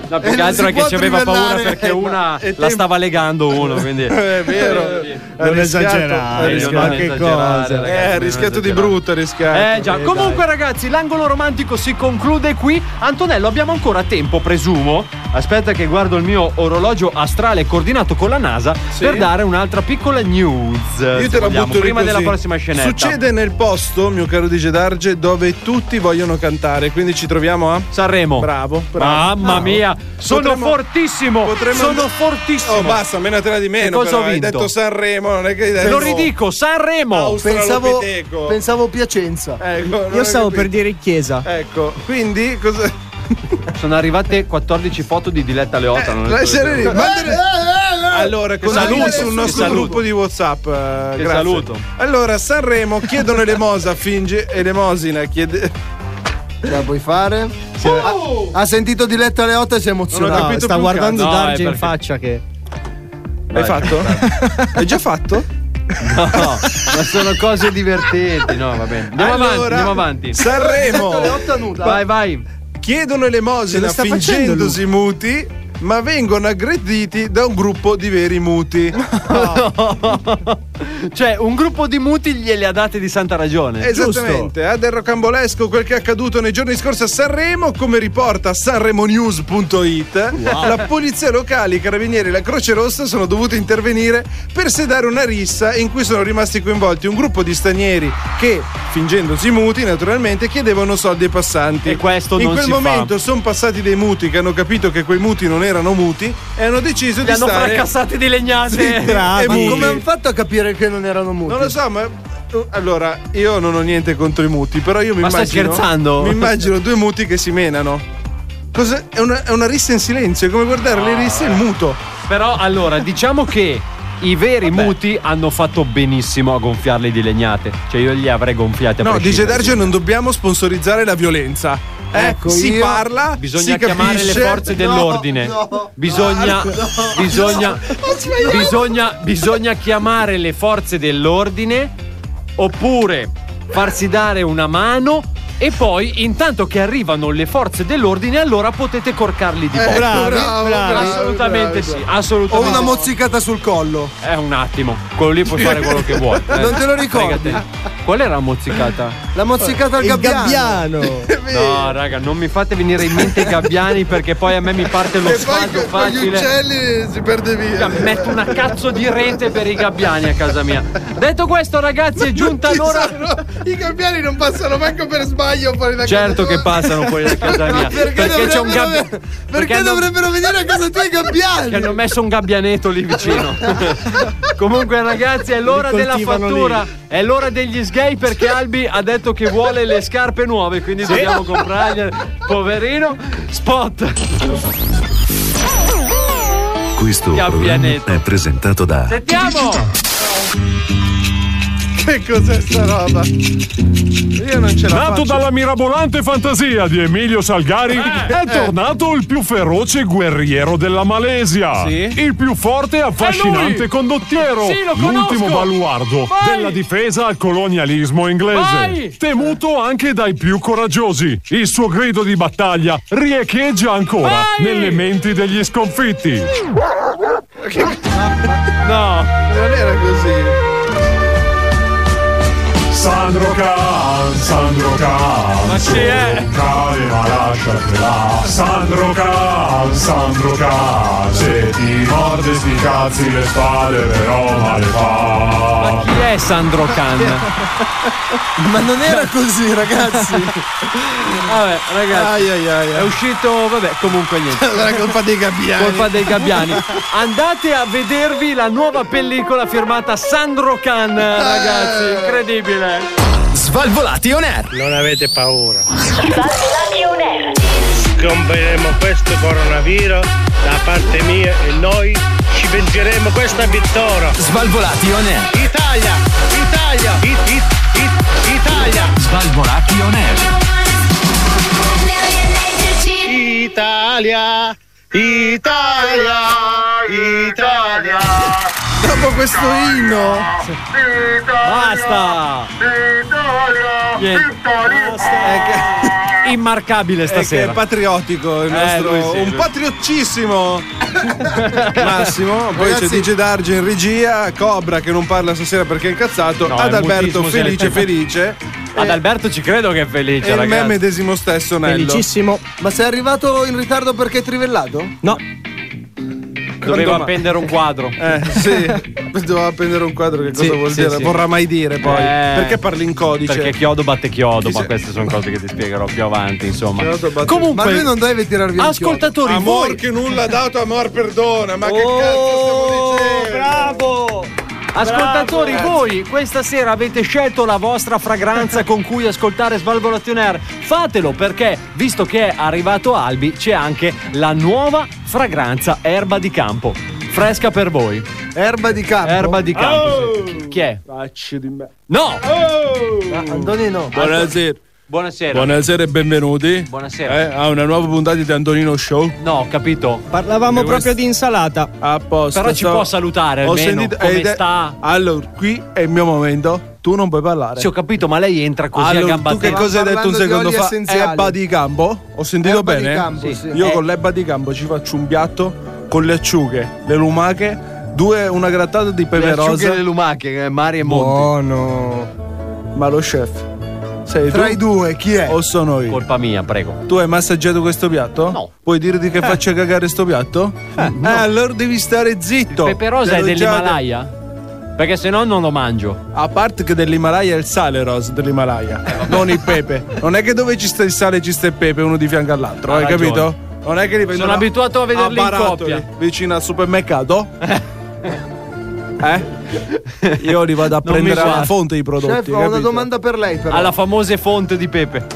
No, più
Eh,
che
non
altro
si
è che
può
ci aveva paura
trivellare.
perché
Eh,
una
ma- è
la
tempo-
stava legando uno, quindi. Eh,
fatto. È vero. Ha
Non
rischiato-
esagerare,
ha rischiato-
ma che cosa?
Eh, ha rischiato di brutto, ha rischiato.
Eh già, comunque ragazzi, l'angolo romantico si conclude qui. Antonello, abbiamo ancora tempo, presumo. Aspetta che guardo il mio orologio astrale coordinato con la NASA per dare un'altra piccola news.
Io
se
te la
vogliamo,
butto lì
prima della
così.
prossima scenetta.
Succede nel posto, mio caro DJ Darge, dove tutti vogliono cantare. Quindi ci troviamo a
Sanremo.
Bravo, bravo.
Mamma
Bravo.
mia, sono
Potremmo-
fortissimo.
potremmo-
sono fortissimo.
Oh, basta, eh, menatela di meno.
Che cosa
però.
ho
Hai
vinto?
detto Sanremo, non è che hai detto.
Lo ridico, Sanremo.
Pensavo,
Australopiteco.
pensavo Piacenza.
Ecco, non
Io
hai
stavo
capito.
per dire in chiesa.
Ecco, quindi cosa.
Eh, Sono arrivate 14 foto di Diletta Leota. non è
Lasciare Eh, lì.
vero.
Mandare- Allora,
Che
condividere
saluto,
sul
che
nostro
saluto.
gruppo di WhatsApp. eh, grazie.
saluto.
Allora, Sanremo chiedono elemosa, finge elemosina, chiede.
Ce la puoi fare? Ha, ha sentito Diletta Leotta e si è
Non ho
emozionato.
capito
Sta
più un
guardando
No, è
Darge in
perché-
faccia che...
Hai fatto? Hai già fatto?
No, ma sono cose divertenti. No, va bene. Andiamo avanti,
Allora,
andiamo avanti.
Sanremo
Vai, vai.
chiedono elemosina
sta facendo
fingendosi muti, ma vengono aggrediti da un gruppo di veri muti.
Cioè, un gruppo di muti gliele ha date di santa ragione.
Esattamente, ha del rocambolesco quel che è accaduto nei giorni scorsi a Sanremo, come riporta sanremonews.it. La polizia locale, i carabinieri e la Croce Rossa sono dovuti intervenire per sedare una rissa in cui sono rimasti coinvolti un gruppo di stranieri che, fingendosi muti, naturalmente chiedevano soldi ai passanti.
E questo
in
non
quel
si fa.
momento sono passati dei muti che hanno capito che quei muti non erano muti e hanno deciso
Li
di
hanno
stare
fracassate di legnate.
e
Ma
muti.
come hanno fatto a capire che non erano muti?
Non lo so, ma. Allora, io non ho niente contro i muti, però io mi
Ma stai
immagino.
scherzando?
Mi immagino due muti che si menano. Cos'è? È, una, è una rissa in silenzio, è come guardare le risse in muto.
Però allora, diciamo che i veri muti hanno fatto benissimo a gonfiarli di legnate. Cioè, io li avrei gonfiati a
No, dice
prescindere.
Darge, non dobbiamo sponsorizzare la violenza. Eh,
Ecco,
si
io-
parla,
Bisogna
si
chiamare
capisce.
le forze dell'ordine.
no, Ah,
bisogna,
no, no,
bisogna,
Ho sbagliato.
bisogna, bisogna chiamare le forze dell'ordine oppure farsi dare una mano e poi intanto che arrivano le forze dell'ordine allora potete corcarli di poco.
Eh, bravo,
bravo, bravo,
assolutamente sì,
Ho
assolutamente.
una
sì.
mozzicata sul collo.
Eh, un attimo, quello lì puoi fare quello che vuoi. eh.
Non te lo ricordi?
Fregatene. Qual era la mozzicata?
La mozzicata al
Il
gabbiano.
gabbiano.
No, raga, non mi fate venire in mente i gabbiani perché poi a me mi parte lo
E poi
sfascio
con, con gli
facile.
uccelli si perde via.
Raga, Metto una cazzo di rete per i gabbiani a casa mia. Detto questo, ragazzi, è giunta
Ci
l'ora.
sono- I cambiali non passano manco per sbaglio fuori da
Certo
casa
che
tua.
passano fuori da casa mia.
Ma perché,
c'è un
dovrebbero,
gabbiano.
perché
hanno-
dovrebbero venire a casa tua i
che
gabbiani?
hanno messo un gabbianetto lì vicino. Comunque, ragazzi, è l'ora
Li
della
coltivano
fattura.
lì.
È l'ora degli sgay perché Albi ha detto che vuole le scarpe nuove, quindi dobbiamo comprargliele. Poverino, spot.
Questo
Gabbianetto.
programma è presentato da
Sentiamo.
Che cos'è sta roba? Io non ce la faccio.
Nato dalla mirabolante fantasia di Emilio Salgari,
Eh,
è tornato il più feroce guerriero della Malesia. Il più forte e
È lui!
affascinante condottiero.
Sì, lo
l'ultimo
conosco!
baluardo
Vai!
della difesa al colonialismo inglese.
Vai!
Temuto anche dai più coraggiosi. Il suo grido di battaglia riecheggia ancora
Vai!
nelle menti degli sconfitti.
No, non era così.
Sandro Can, Sandro Can.
Ma chi è?
tu Cade ma lasciatela. Sandro Can, Sandro Can. Se ti morde sti cazzi le spalle però male fa.
Chi è Sandro Can?
Ma non era così, ragazzi.
Vabbè, ragazzi.
Ai, ai, ai, ai.
È uscito, vabbè, comunque niente.
Era colpa dei gabbiani.
Colpa dei gabbiani. Andate a vedervi la nuova pellicola firmata Sandro Can, ragazzi. Incredibile.
Svalvolati on air.
Non avete paura. Scomperemo questo coronavirus da parte mia e noi ci vengeremo questa vittoria.
Svalvolati on air.
Italia, Italia, it, it, it, Italia.
Svalvolati on air.
Italia, Italia, Italia.
Dopo questo inno.
Basta. Niente. Immarcabile
È che
stasera.
è patriottico il
Eh,
nostro.
lui sì,
un
lui.
patriottissimo Massimo. Poi c'è DJ Darge in regia, Cobra che non parla stasera perché è incazzato.
No,
Ad
è
Alberto
mutissimo,
felice,
sì.
felice.
Ad Alberto ci credo che è felice,
E il
Cioè, ragazzi.
me medesimo stesso, Nello.
Ma sei arrivato in ritardo perché è trivellato?
No. Doveva
Quando mai?
appendere un quadro.
Eh, sì, doveva appendere un quadro che cosa
Sì,
vuol
sì,
dire?
sì.
Vorrà mai dire poi.
Eh.
Perché parli in codice?
Perché chiodo batte chiodo,
Chi
ma
se-
queste sono cose che ti spiegherò più avanti, insomma.
Chiodo batte-
Comunque,
Ma lui non
deve tirar
via il
Ascoltatori,
chiodo. Amor
voi-
che nulla ha dato, amor perdona. Ma che
Oh,
cazzo stiamo dicendo?
Bravo! Ascoltatori,
Bravo,
voi questa sera avete scelto la vostra fragranza con cui ascoltare Svalvolation Air. Fatelo perché, visto che è arrivato Albi, c'è anche la nuova fragranza Erba di Campo. Fresca per voi.
Erba di campo.
Erba di Campo. sì.
Oh!
Chi è?
Facci di me.
No!
Antonino.
Buonasera.
Buonasera.
Buonasera e benvenuti.
Buonasera.
Eh, a una nuova puntata di Antonino Show.
No, ho capito.
Eh,
Parlavamo
E
proprio di insalata.
A posto.
Però ci
sto-
può salutare
Ho
almeno.
sentito-
come
ed è-
sta?
Allora, qui è il mio momento. Tu non puoi parlare.
Sì, ho capito, ma lei entra così a
allora,
gamba
tu che
tesa.
cosa hai detto un
parlando di
secondo
oli
fa?
essenziali.
Erba di campo? Ho sentito
Erba di
bene?
campo, Sì. sì.
Io
Eh.
con l'erba di campo ci faccio un piatto con le acciughe, le lumache, due, una grattata di
Le
pepe
acciughe
rosa.
e le lumache, eh, Mari e Monti.
Buono.
Ma lo chef, sei
Tra
tu
i due, chi è?
o sono io?
Colpa mia, prego.
Tu hai massaggiato questo piatto?
No.
Puoi dirti
Eh.
che faccia cagare sto piatto? Eh, allora devi stare zitto.
Pepe rosa
Te
è
l'ho già
dell'Himalaya? Perché se no non lo mangio.
detto. A parte che dell'Himalaya è il sale rosa
Eh,
dell'Himalaya, non il pepe. Non è che dove ci sta il sale ci sta il pepe uno di fianco all'altro,
Ha
hai
ragione.
capito? Non è che li vendono
abituato a vederli in
barattoli,
coppia.
Vicino al supermercato. eh? Io li vado a
Non mi
prendere alla
guarda.
fonte i prodotti.
Chef, ho
capito?
una domanda per lei però.
Alla famose fonte di Pepe.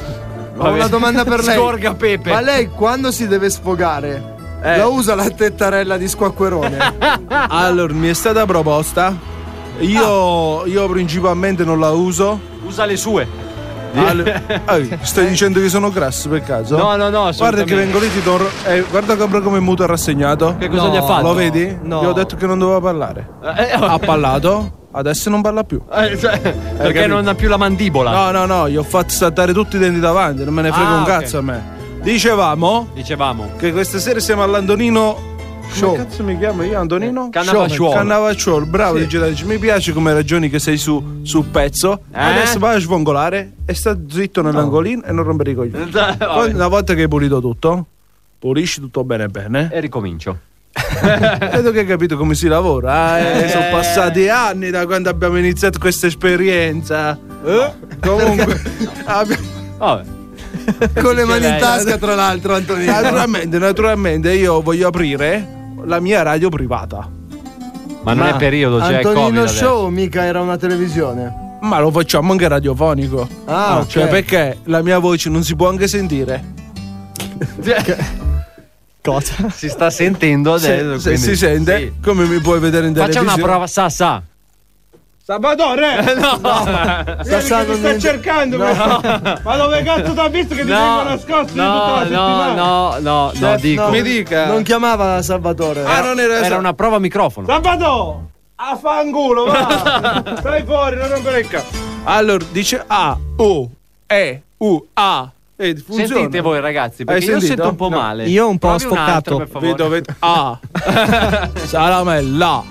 Ho una domanda per lei.
Scorga Pepe.
Ma lei quando si deve sfogare?
Eh.
La usa la tettarella di squacquerone?
Allora, mi è stata proposta.
Ah.
Io, io principalmente non la uso.
Usa le sue.
Ah,
Allora- eh, stai dicendo che sono grasso per caso?
No, no, no,
Guarda che
assolutamente.
vengo lì, ti torno. eh, guarda come- come è muto e rassegnato.
Che cosa gli ha fatto?
Lo vedi?
No.
Gli ho detto che non doveva parlare.
Eh, eh,
Ah,
Ha parlato, adesso non parla più.
eh, cioè, perché
capito?
non ha più la mandibola.
No, no, no, gli ho fatto saltare tutti i denti davanti, non me ne frega
Ah,
un
ok.
cazzo a me. Dicevamo
Dicevamo.
che questa sera siamo all'Antonino Show. Come cazzo mi chiamo io Antonino?
Eh, Cannavacciuolo.
Show. Cannavacciuolo, bravo di Gelatrice. Mi piace come ragioni che sei su sul pezzo.
Eh?
Adesso vai a svongolare e sta zitto nell'angolino e non rompere i coglioni.
Dai, vabbè.
Poi, una volta che hai pulito tutto, pulisci tutto bene bene.
E ricomincio.
Credo che hai capito come si lavora. eh.
Eh.
Sono passati anni da quando abbiamo iniziato questa esperienza. Eh? Comunque, abbiamo-
Vabbè.
Con le mani in
lei.
tasca, tra l'altro, Antonino.
naturalmente, naturalmente, io voglio aprire la mia radio privata.
Ma non
Ma
è periodo, cioè è Covid
Antonino
adesso.
Show mica era una televisione.
Ma lo facciamo anche radiofonico.
Ah, ok.
Cioè, perché la mia voce non si può anche sentire?
Cosa? Si sta sentendo
Se,
adesso.
se
quindi-
si sente,
Sì.
come mi puoi vedere in
Faccia
televisione?
una prova, sa, sa.
Salvatore!
No!
Sta, sta cercando!
No.
Ma dove cazzo t'ha visto che ti vengo nascosto io tutta la
no, no,
settimana?
no, no,
Cioè,
no, dico.
Mi dica.
Non
chiamava Salvatore.
Ah,
era, era una prova a microfono.
Sabato! A fangulo, va! Stai fuori, non rompere il cazzo!
Allora, dice A, Ah, U, E, U, A. E funziona.
Sentite voi ragazzi, perché
Hai
io
sentito?
sento un po'
No.
male.
Provi
Provi un altro, per favore.
Vedo, vedo. A. Sarà me la.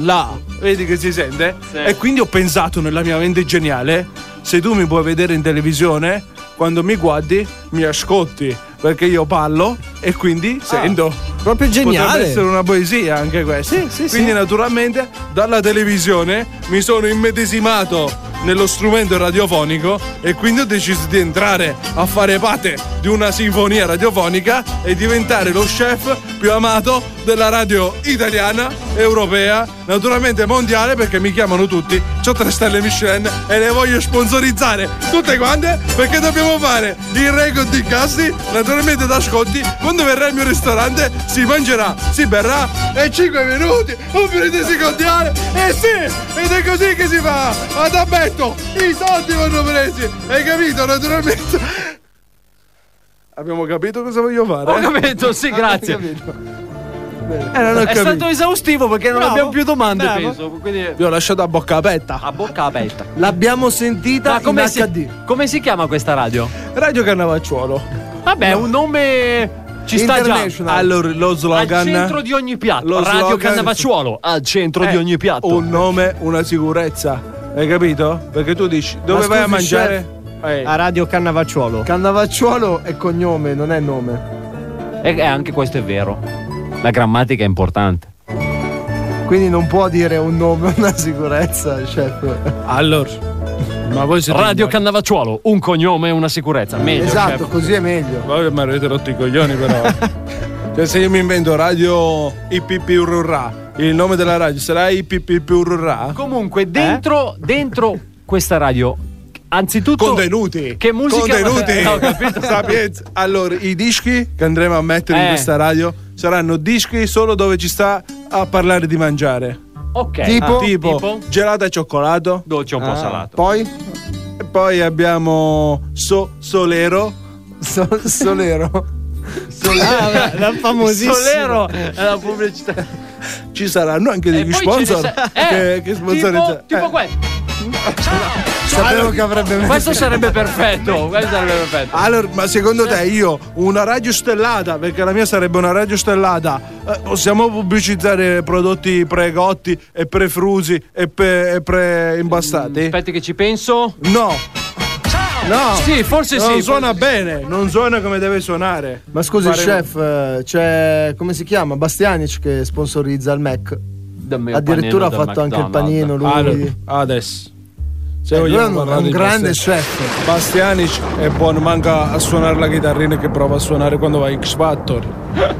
La. Vedi che si sente? E quindi ho pensato nella mia mente geniale, se tu mi puoi vedere in televisione, quando mi guardi mi ascolti, perché io parlo e
Ah.
quindi sento.
Proprio
Potrebbe
geniale.
essere una poesia anche questa. Quindi naturalmente dalla televisione mi sono immedesimato nello strumento radiofonico e quindi ho deciso di entrare a fare parte di una sinfonia radiofonica e diventare lo chef più amato della radio italiana, europea, naturalmente mondiale perché mi chiamano tutti, ho tre stelle Michelin e le voglio sponsorizzare tutte quante perché dobbiamo fare il record di casti, naturalmente da ascolti, quando verrà il mio ristorante si mangerà, si berrà e 5 minuti, un minuto si contiare e sì, ed è così che si fa, ad abbetto, i soldi vanno presi, hai capito naturalmente? Abbiamo capito cosa voglio fare?
Ho capito,
Ah,
sì, grazie. Eh,
Eh, non ho
È
capito.
stato esaustivo perché non
Bravo.
abbiamo più domande,
Bravo.
penso. Quindi
Vi ho lasciato a bocca aperta.
a bocca aperta.
L'abbiamo sentita
Ma come
in
si, come si chiama questa radio?
Radio Cannavacciuolo.
Vabbè, un nome ci sta già.
Allora, lo slogan.
Al centro di ogni piatto.
Lo
Radio
slogan-
Cannavacciuolo, al centro
Eh,
di ogni piatto.
Un nome, una sicurezza. Hai capito? Perché tu dici dove vai a
scusi,
mangiare? Eh.
A Radio Cannavacciuolo.
Cannavacciuolo è cognome, non è nome.
E e anche questo è vero. La grammatica è importante.
Quindi non può dire un nome, una sicurezza, chef.
Allora, ma voi siete
Radio
in-
Cannavacciuolo, un cognome e una sicurezza. Meglio. cioè.
esatto,
chef.
così è meglio.
Voi mi avete rotto i coglioni, però. cioè, se io mi invento radio IPP Urrurrà, il nome della radio sarà IPP Urrurrà?
Comunque, dentro,
Eh?
dentro questa radio, anzitutto.
Contenuti.
Che musica.
Contenuti.
No, ho capito.
Sapienza. eh, Allora, i dischi che andremo a mettere in
Eh.
questa radio saranno dischi solo dove ci sta a parlare di mangiare.
Ok.
Tipo,
Ah,
tipo, gelato e cioccolato.
Dolce un po' salato.
Poi?
E poi abbiamo so- Solero.
So- solero.
la famosissima.
Solero è la pubblicità.
Ci saranno anche
E
degli
poi ce ne
sponsor.
sa-
che,
eh,
che sponsorizzano.
Tipo, tipo
Eh.
questo.
Sapevo che avrebbe
Questo sarebbe perfetto. Questo sarebbe perfetto.
Allora, ma secondo te io una radio stellata, perché la mia sarebbe una radio stellata, eh, possiamo pubblicizzare prodotti precotti e prefrusi e, pre- e preimbastati?
Aspetti che ci penso.
No, no.
Sì, forse
non
sì.
suona bene, non suona come deve suonare.
Ma scusi,
Faremo-
chef, eh, c'è. come si chiama? Bastianic che sponsorizza il Mac.
Dammi un
Addirittura ha
panino del
fatto anche il
McDonald's.
panino lui.
Allora, adesso. Se
Eh, lui è
vogliamo
un,
parlare
un
di
grande
Bastianic-
chef.
Bastianic è buono, manca a suonare la chitarrina che prova a suonare quando va a X Factor.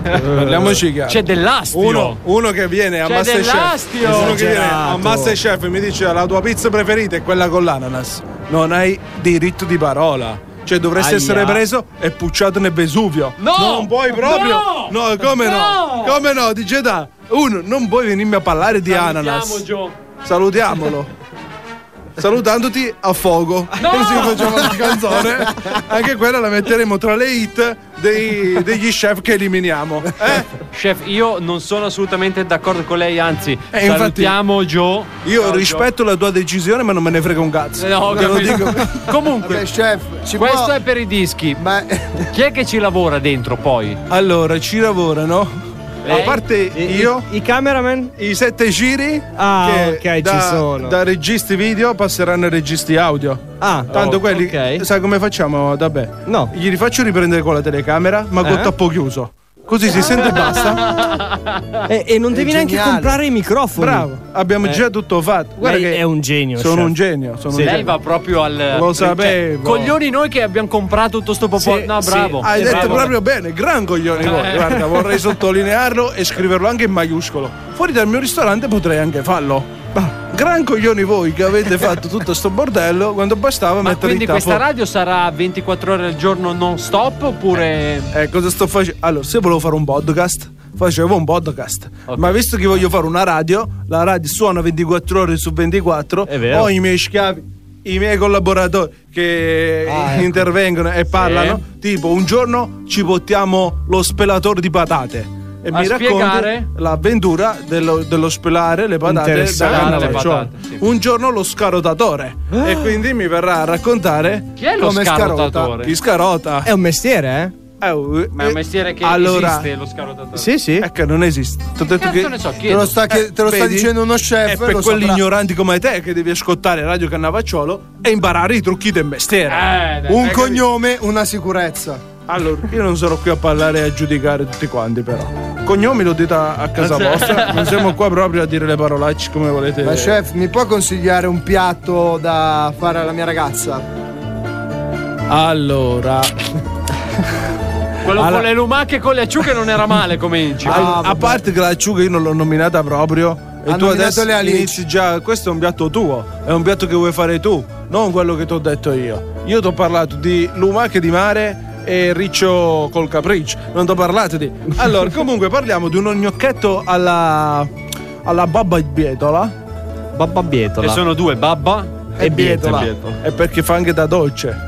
Parliamoci chiaro.
C'è dell'astio.
Uno, uno che viene a
C'è
Masterchef
dell'astio!
uno che viene a
Esagerato.
Masterchef e mi dice la tua pizza preferita è quella con l'ananas non hai diritto di parola cioè dovresti
Aia.
essere preso e pucciato nel Vesuvio
No!
non puoi proprio
No!
come no,
No!
come no dice da uno non puoi venirmi a parlare di
Salutiamo,
ananas
Gio.
salutiamolo Salutandoti a fuoco, così facciamo una canzone. Anche quella la metteremo tra le hit dei- degli chef che eliminiamo. Eh?
Chef, io non sono assolutamente d'accordo con lei, anzi,
Eh, infatti-
salutiamo Joe.
Io
Ciao, Gio.
rispetto la tua decisione, ma non me ne frega un cazzo.
Eh, no, ho
Te lo
capito.
dico.
Comunque,
Beh, chef, ci
questo
può-
è per i dischi.
Ma
Chi è che ci lavora dentro poi?
Allora, ci lavorano.
Lei?
A parte io,
I, i cameraman?
i sette giri
Ah,
che
ok, ci
da,
sono.
da registi video passeranno ai registi audio.
Ah,
Tanto
Oh,
quelli,
ok.
sai come facciamo? Vabbè,
No.
gli rifaccio riprendere con la telecamera, ma col
Eh?
tappo chiuso. Così si sente e basta.
E, Eh, e non devi neanche
geniale.
comprare i microfoni.
Bravo, abbiamo
Eh.
già tutto fatto. Guarda
Lei
che
è un genio, certo.
Sono
chef.
un genio. Sono un
Lei
genio.
va proprio al.
Lo
cioè,
sapevo.
coglioni noi che abbiamo comprato tutto sto popolo.
Sì,
no,
sì.
bravo.
Hai
Eh,
detto
bravo. Eh.
proprio bene, gran coglione voi. Guarda, vorrei sottolinearlo e scriverlo anche in maiuscolo. Fuori dal mio ristorante potrei anche farlo. Ma gran coglioni voi che avete fatto tutto sto bordello quando bastava
Ma
mettere
quindi
in
questa
tappo.
radio sarà 24 ore al giorno non stop oppure.
Eh, cosa sto facendo? Allora, se volevo fare un podcast, facevo un podcast. Ma visto che voglio fare una radio, la radio suona 24 ore su 24,
vero.
ho i miei schiavi. I miei collaboratori che
ecco.
intervengono e parlano, tipo un giorno ci portiamo lo spelatore di patate e
A
mi racconti
spiegare?
l'avventura dello, dello spelare le patate da
Interessante.
canna
Le
al
patate,
cioè, un giorno lo scarotatore
Ah.
e quindi mi verrà a raccontare
Chi è lo
come
scarotatore?
scarota chi scarota
è un mestiere
eh
Ma è un mestiere che
allora-
esiste lo scarotatore.
Sì, sì.
È che non esiste. T'ho detto
cazzo
che
ne so,
te
chiedo.
lo sta, che-
Eh,
te lo sta
vedi?
dicendo uno chef.
È
Eh, per
per
quelli
quelli
ignoranti come te che devi ascoltare Radio Cannavacciolo e imparare i trucchi del mestiere.
Eh, dai, Un hai capito?
cognome, una sicurezza. Eh, Allora, io non sarò qui a parlare e a giudicare tutti quanti, però. Cognomi l'ho detto a a casa vostra. Non siamo qua proprio a dire le parolacce come volete.
Ma chef, mi può consigliare un piatto da fare alla mia ragazza?
Allora.
Quello
Alla-
con le lumache e con le acciughe non era male come inci.
Al- a parte che l'acciuga io non l'ho nominata proprio. E
Ah, Ha
tu
nominato
adesso
le alici.
inizi già. Questo è un piatto tuo, è un piatto che vuoi fare tu, non quello che ti ho detto io. Io ti ho parlato di lumache di mare e riccio col capriccio. Non ti ho parlato di. Allora, comunque parliamo di uno gnocchetto alla. alla babba bietola.
Babba bietola.
E sono due, babba
e bietola.
e bietola.
È perché fa anche da dolce.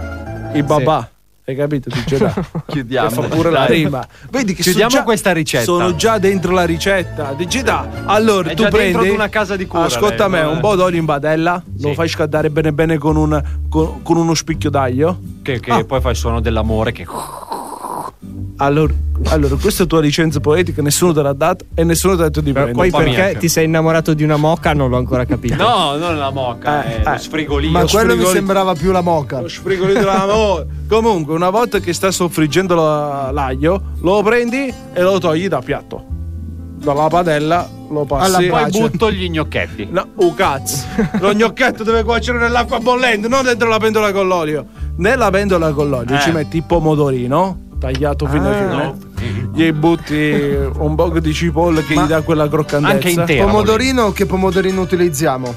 Il babà. Hai capito? Ti
Chiudiamo.
Che fa pure la
Dai.
rima. Vedi che
Chiudiamo
sono già-
questa ricetta.
Sono già dentro la ricetta. Digita. Allora,
È
tu
già dentro
prendi
ad una casa di cura,
Ascolta
lei,
me,
eh.
un po' d'olio in padella, lo fai scaldare bene bene con, un- con- con uno spicchio d'aglio.
Che, che poi fa il suono dell'amore che.
Allora, allora, questa è tua licenza poetica, nessuno te l'ha data e nessuno ti ha detto di prendere.
Poi perché ti sei innamorato di una moca non l'ho ancora capito.
No, non la moca, eh, lo sfrigolino.
Ma
Lo
quello mi
sfrigolino.
sembrava più la moca. Lo
Frigolito d'amore. Comunque, una volta che sta soffriggendo la- l'aglio, lo prendi e lo togli da piatto. Dalla padella lo passi.
Allora, poi butto gli gnocchetti.
No, oh cazzo. Lo gnocchetto deve cuocere nell'acqua bollente, non dentro la pentola con l'olio. Nella pentola con l'olio
Eh.
ci metti il pomodorino tagliato fino a
Ah.
fiume. Gli butti un po' di cipolla che gli dà quella croccantezza.
Pomodorino, che pomodorino utilizziamo?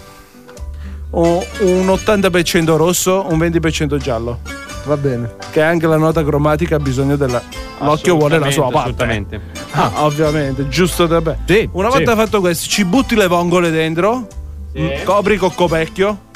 O un 80% rosso, un 20% giallo.
Va bene.
Che anche la nota cromatica ha bisogno della. L'occhio vuole la sua parte.
Assolutamente.
Ah, ovviamente, giusto da bene. Una
sì.
volta fatto questo, ci butti le vongole dentro, mh, copri col copecchio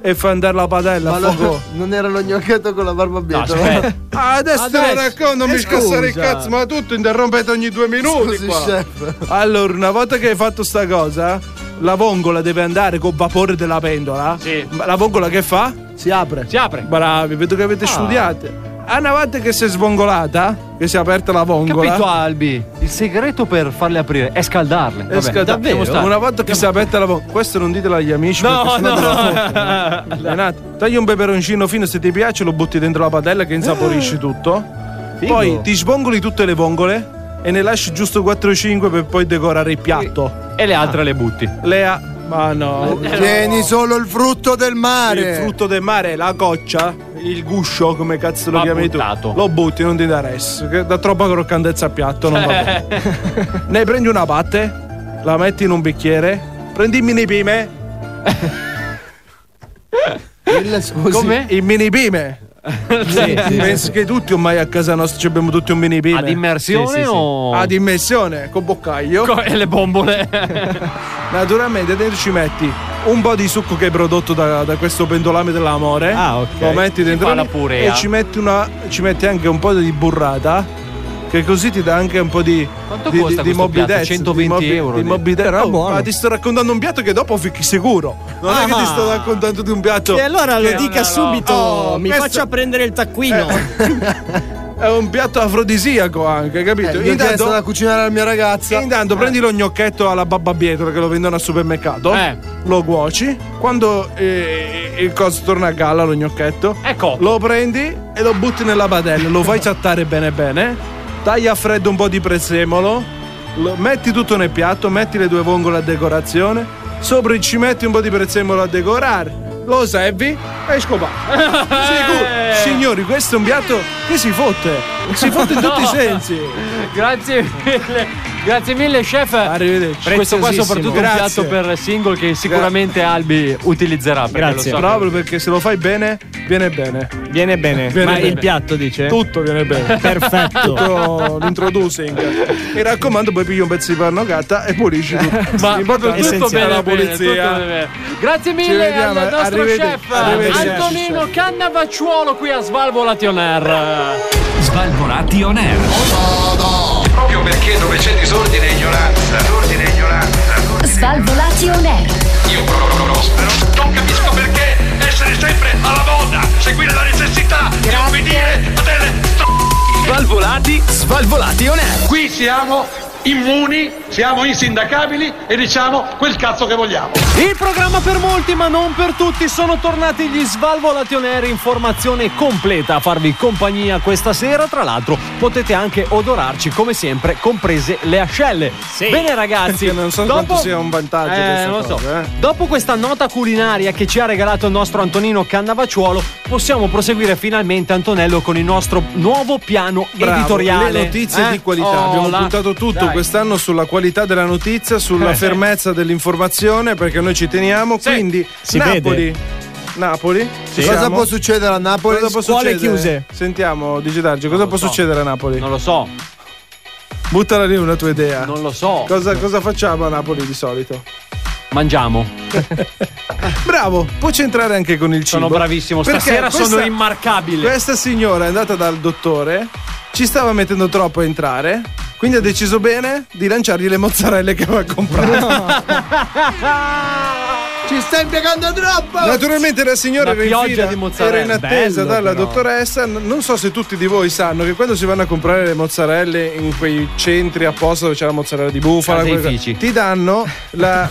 e fa andare la padella
Ma
a
lo-
fuoco.
non era lo gnocchetto con la barba bietola?
aspetta. Ah, adesso te lo racconto, mi scassare il cazzo, ma tutto interrompete ogni due minuti.
Scusi,
qua.
chef.
Allora, una volta che hai fatto sta cosa, la vongola deve andare col vapore della pendola. Ma La vongola che fa? Si apre.
Si apre.
Bravi, vedo che avete studiato. Ah, Una volta che si è svongolata, che si è aperta la vongola.
Capito, ah, Albi? Il segreto per farle aprire è scaldarle.
E
Vabbè,
scatta-
davvero?
Una volta che si è aperta la bocca, questo non ditelo agli amici.
No,
perché
no.
sennò te la fottono. Renato, tagli un peperoncino fino se ti piace, lo butti dentro la padella che insaporisci tutto.
Eh. Figo.
Poi ti svongoli tutte le vongole e ne lasci giusto 4 o 5 per poi decorare il piatto.
E le altre le butti.
Lea,
Eh.
ma Eh, no.
Tieni solo il frutto del mare.
Il frutto del mare, la goccia, il guscio, come cazzo lo
Va
chiami
buttato.
tu. Lo butti, non ti interessa. Che da troppa croccantezza a piatto, non va bene.
Eh.
ne prendi una parte, la metti in un bicchiere, prendi i mini pime. Come?
Eh.
I mini pime.
Sì, sì,
penso
sì.
che tutti ormai a casa nostra ci abbiamo tutti un mini pime.
Ad immersione o-
Ad immersione, con boccaglio.
Co- e le bombole.
Naturalmente dentro ci metti un po' di succo che è prodotto da, da questo pendolame dell'amore.
Ah, ok.
Lo metti
Si
dentro
fa la
lì
purea.
e ci metti, una- ci metti anche un po' di burrata. Che così ti dà anche un po' di.
Quanto
di,
costa
di
questo
morbidezza,
piatto?
di
120
morbi-
euro,
Di
dici?
morbidezza.
Però
Oh,
buono.
Ma ti sto raccontando un piatto che dopo fichi sicuro. Non è che
Ah.
ti sto raccontando di un piatto.
E allora lo
che-
dica subito,
Eh, Oh,
mi
questo- Eh,
faccia prendere il taccuino.
è un piatto afrodisiaco anche, capito?
Eh, gli ho chiesto da
cucinare alla mia ragazza. Intanto prendi lo gnocchetto alla babba bietola che lo vendono al supermercato,
Eh.
lo cuoci. Quando eh, il coso torna a galla, lo gnocchetto,
Ecco.
lo prendi e lo butti nella padella, lo fai chattare bene bene, tagli a freddo un po' di prezzemolo, lo- metti tutto nel piatto, metti le due vongole a decorazione, sopra ci metti un po' di prezzemolo a decorare. Lo servi e scopa. Sicuro. Signori, questo è un piatto che si fotte. Si fotte in tutti i
No.
sensi.
Grazie mille. Grazie mille, chef.
Arrivederci.
Questo qua soprattutto è un piatto
Grazie.
per single che sicuramente Albi utilizzerà. perché
Grazie.
Lo so.
Proprio perché se lo fai bene, viene bene.
Viene bene.
Viene
Ma
bene.
il piatto dice?
Tutto viene bene.
Perfetto.
Tutto l'introducing. Mi raccomando, poi pigli un pezzo di parnogatta e pulisci tutto.
Ma
In modo tutto
tutto bene,
alla
bene,
pulizia.
tutto bene. Grazie
Ci
mille
vediamo,
al nostro
arrivederci.
chef
Arrivederci.
Antonino Cannavacciuolo qui a Svalvolati On Air.
Svalvolati on air.
Proprio perché dove c'è disordine e ignoranza, l'ordine e ignoranza.
Svalvolati on air.
Io prospero. Non capisco perché essere sempre alla moda, seguire la necessità di obbedire a delle
Svalvolati, svalvolati on air.
Qui siamo immuni, siamo insindacabili e diciamo quel cazzo che vogliamo.
Il programma per molti, ma non per tutti, sono tornati gli Svalvolati On Air in formazione completa a farvi compagnia questa sera. Tra l'altro, potete anche odorarci come sempre, comprese le ascelle. Bene, ragazzi,
Perché non so quanto sia un vantaggio
Eh,
questa
non lo so.
cosa, eh.
Dopo questa nota culinaria che ci ha regalato il nostro Antonino Cannavacciuolo, possiamo proseguire finalmente, Antonello, con il nostro nuovo piano
Bravo,
editoriale.
Le notizie
Eh?
di qualità.
Oh,
Abbiamo
la-
puntato tutto
Dai.
quest'anno sulla qualità della notizia, sulla
Eh.
fermezza dell'informazione, perché noi ci teniamo. Quindi,
Si
Napoli.
vede.
Napoli.
Sì. Cosa può succedere a Napoli?
Cosa può
Scuole
succedere?
chiuse.
Sentiamo, Digitargio, cosa può succedere a Napoli? Non
lo so.
Buttala lì una tua idea.
Non lo so.
Cosa, cosa facciamo a Napoli di solito?
Mangiamo.
Bravo, puoi centrare anche con il cibo.
Sono bravissimo,
Perché
stasera sono
questa-
immarcabile.
Questa signora è andata dal dottore, ci stava mettendo troppo a entrare, quindi ha deciso bene di lanciargli le mozzarelle che aveva comprato.
Ci stai impiegando troppo!
Naturalmente la signora
Una
era in,
pioggia
fila,
di mozzarella.
era in attesa
Bello,
dalla
però.
dottoressa. N- Non so se tutti di voi sanno che quando si vanno a comprare le mozzarelle in quei centri apposta dove c'è la mozzarella di bufala,
Case
quelle cose,
Edifici.
ti danno la.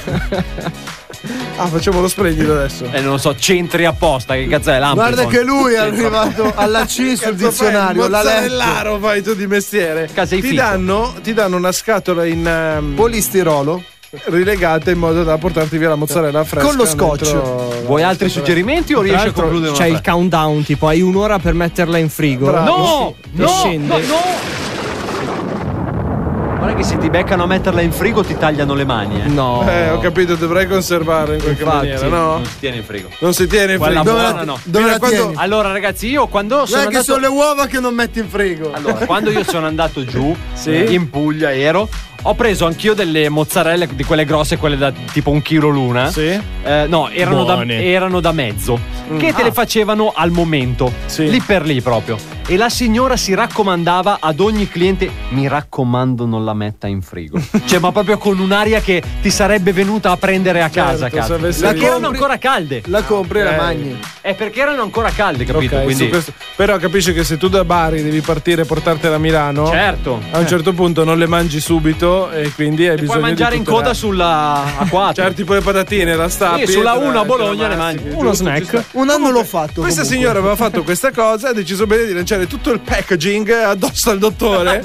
ah, facciamo lo splendido adesso.
Eh, non lo so, centri apposta, che cazzo è l'Amplifon?
Guarda che lui è
Centro-
arrivato alla C sul
Cazzo fai,
dizionario.
il
L'ha letto.
mozzarellaro fai tu di mestiere.
Casei
Ti
fico.
danno, ti danno una scatola in polistirolo rilegata in modo da portarti via la mozzarella fresca.
Con lo scotch.
dentro-
Vuoi altri suggerimenti o
Tra
riesci a
l'altro
concludere? una
C'è il
frase?
countdown, tipo, hai un'ora per metterla in frigo.
No,
E- e
no,
scende.
no, no. Guarda che se ti beccano a metterla in frigo ti tagliano le mani. Eh.
No.
Eh, ho capito, dovrei conservarla in qualche
Infatti,
maniera, no?
Non si tiene in frigo.
Non si tiene in
Quella
frigo.
buona
Dove-
no.
dove la
Fino a
tieni?
Allora ragazzi, io quando sono
Guarda che
andato
sono le uova che non metti in frigo.
Allora, quando io sono andato giù eh,
Sì.
in Puglia ero ho preso anch'io delle mozzarelle di quelle grosse, quelle da tipo un chilo l'una.
Sì.
Eh, no, erano da,
Buone.
erano da mezzo.
Mm.
Che te
Ah.
le facevano al momento. Lì per lì proprio. E la signora si raccomandava ad ogni cliente: Mi raccomando, non la metta in frigo. cioè, ma proprio con un'aria che ti sarebbe venuta a prendere a casa,
Certo, se
cazzo.
avessi
Perché erano
compri- Eh.
ancora calde.
La compri
e la mangi.
È perché erano ancora calde, capito?
Ok,
Quindi.
su questo- Però capisci che se tu da Bari devi partire e portartela a Milano,
Certo.
a un certo punto non le mangi subito e quindi hai bisogno
Puoi
di eh.
mangiare in
tutelare.
coda sulla A4.
Certo, tipo le patatine, la stappi.
Sì, sulla
te la-
1 a
te la
Bologna ne
mastichi,
mangi.
giusto, ci sta.
Un anno l'ho fatto.
Questa
comunque.
signora aveva fatto questa cosa, ha deciso bene di lanciare tutto il packaging addosso al dottore.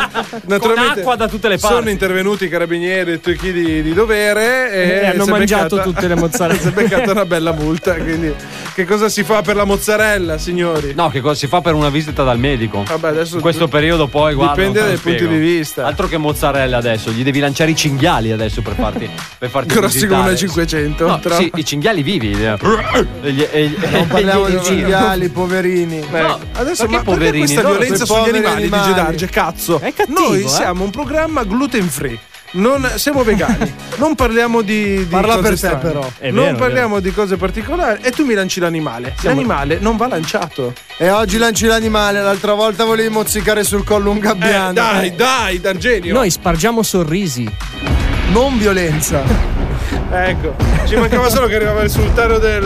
acqua da tutte le
Sono
parti.
intervenuti i carabinieri e chi di, di dovere e,
Eh,
E Eh, hanno
Eh, si è
mangiato tutte le mozzarelle.
si è beccata una bella multa. Quindi, che cosa si fa per la mozzarella, signori?
No, che cosa si fa per una visita dal medico?
Vabbè, adesso
In questo periodo poi guarda.
Dipende
non te lo
dai punti
spiego.
di vista.
Altro che mozzarella adesso, gli devi lanciare i cinghiali adesso per farti per farti
Grossi come una
visitare.
500.
No,
tra-
sì, i cinghiali vivi. eh. E gli- e- e-
Non parliamo
e gli-
di cinghiali, poverini.
Ecco. adesso
ma
ma
che
perché
poverini,
questa
loro
violenza
sono
sugli
poveri
animali,
animali.
di Gedarge, cazzo.
È cattivo,
Noi
eh.
siamo un programma gluten free. Non siamo vegani, non parliamo di, di
Parla
cose
per te,
strane.
però. È
non
vero, è
parliamo di cose particolari e tu mi lanci l'animale. L'animale non va lanciato.
E oggi lanci l'animale, l'altra volta volevi mozzicare sul collo un gabbiano.
Eh, dai, dai, D'Argenio.
Noi spargiamo sorrisi.
Non violenza.
Ecco, ci mancava solo che arrivava il sultano del,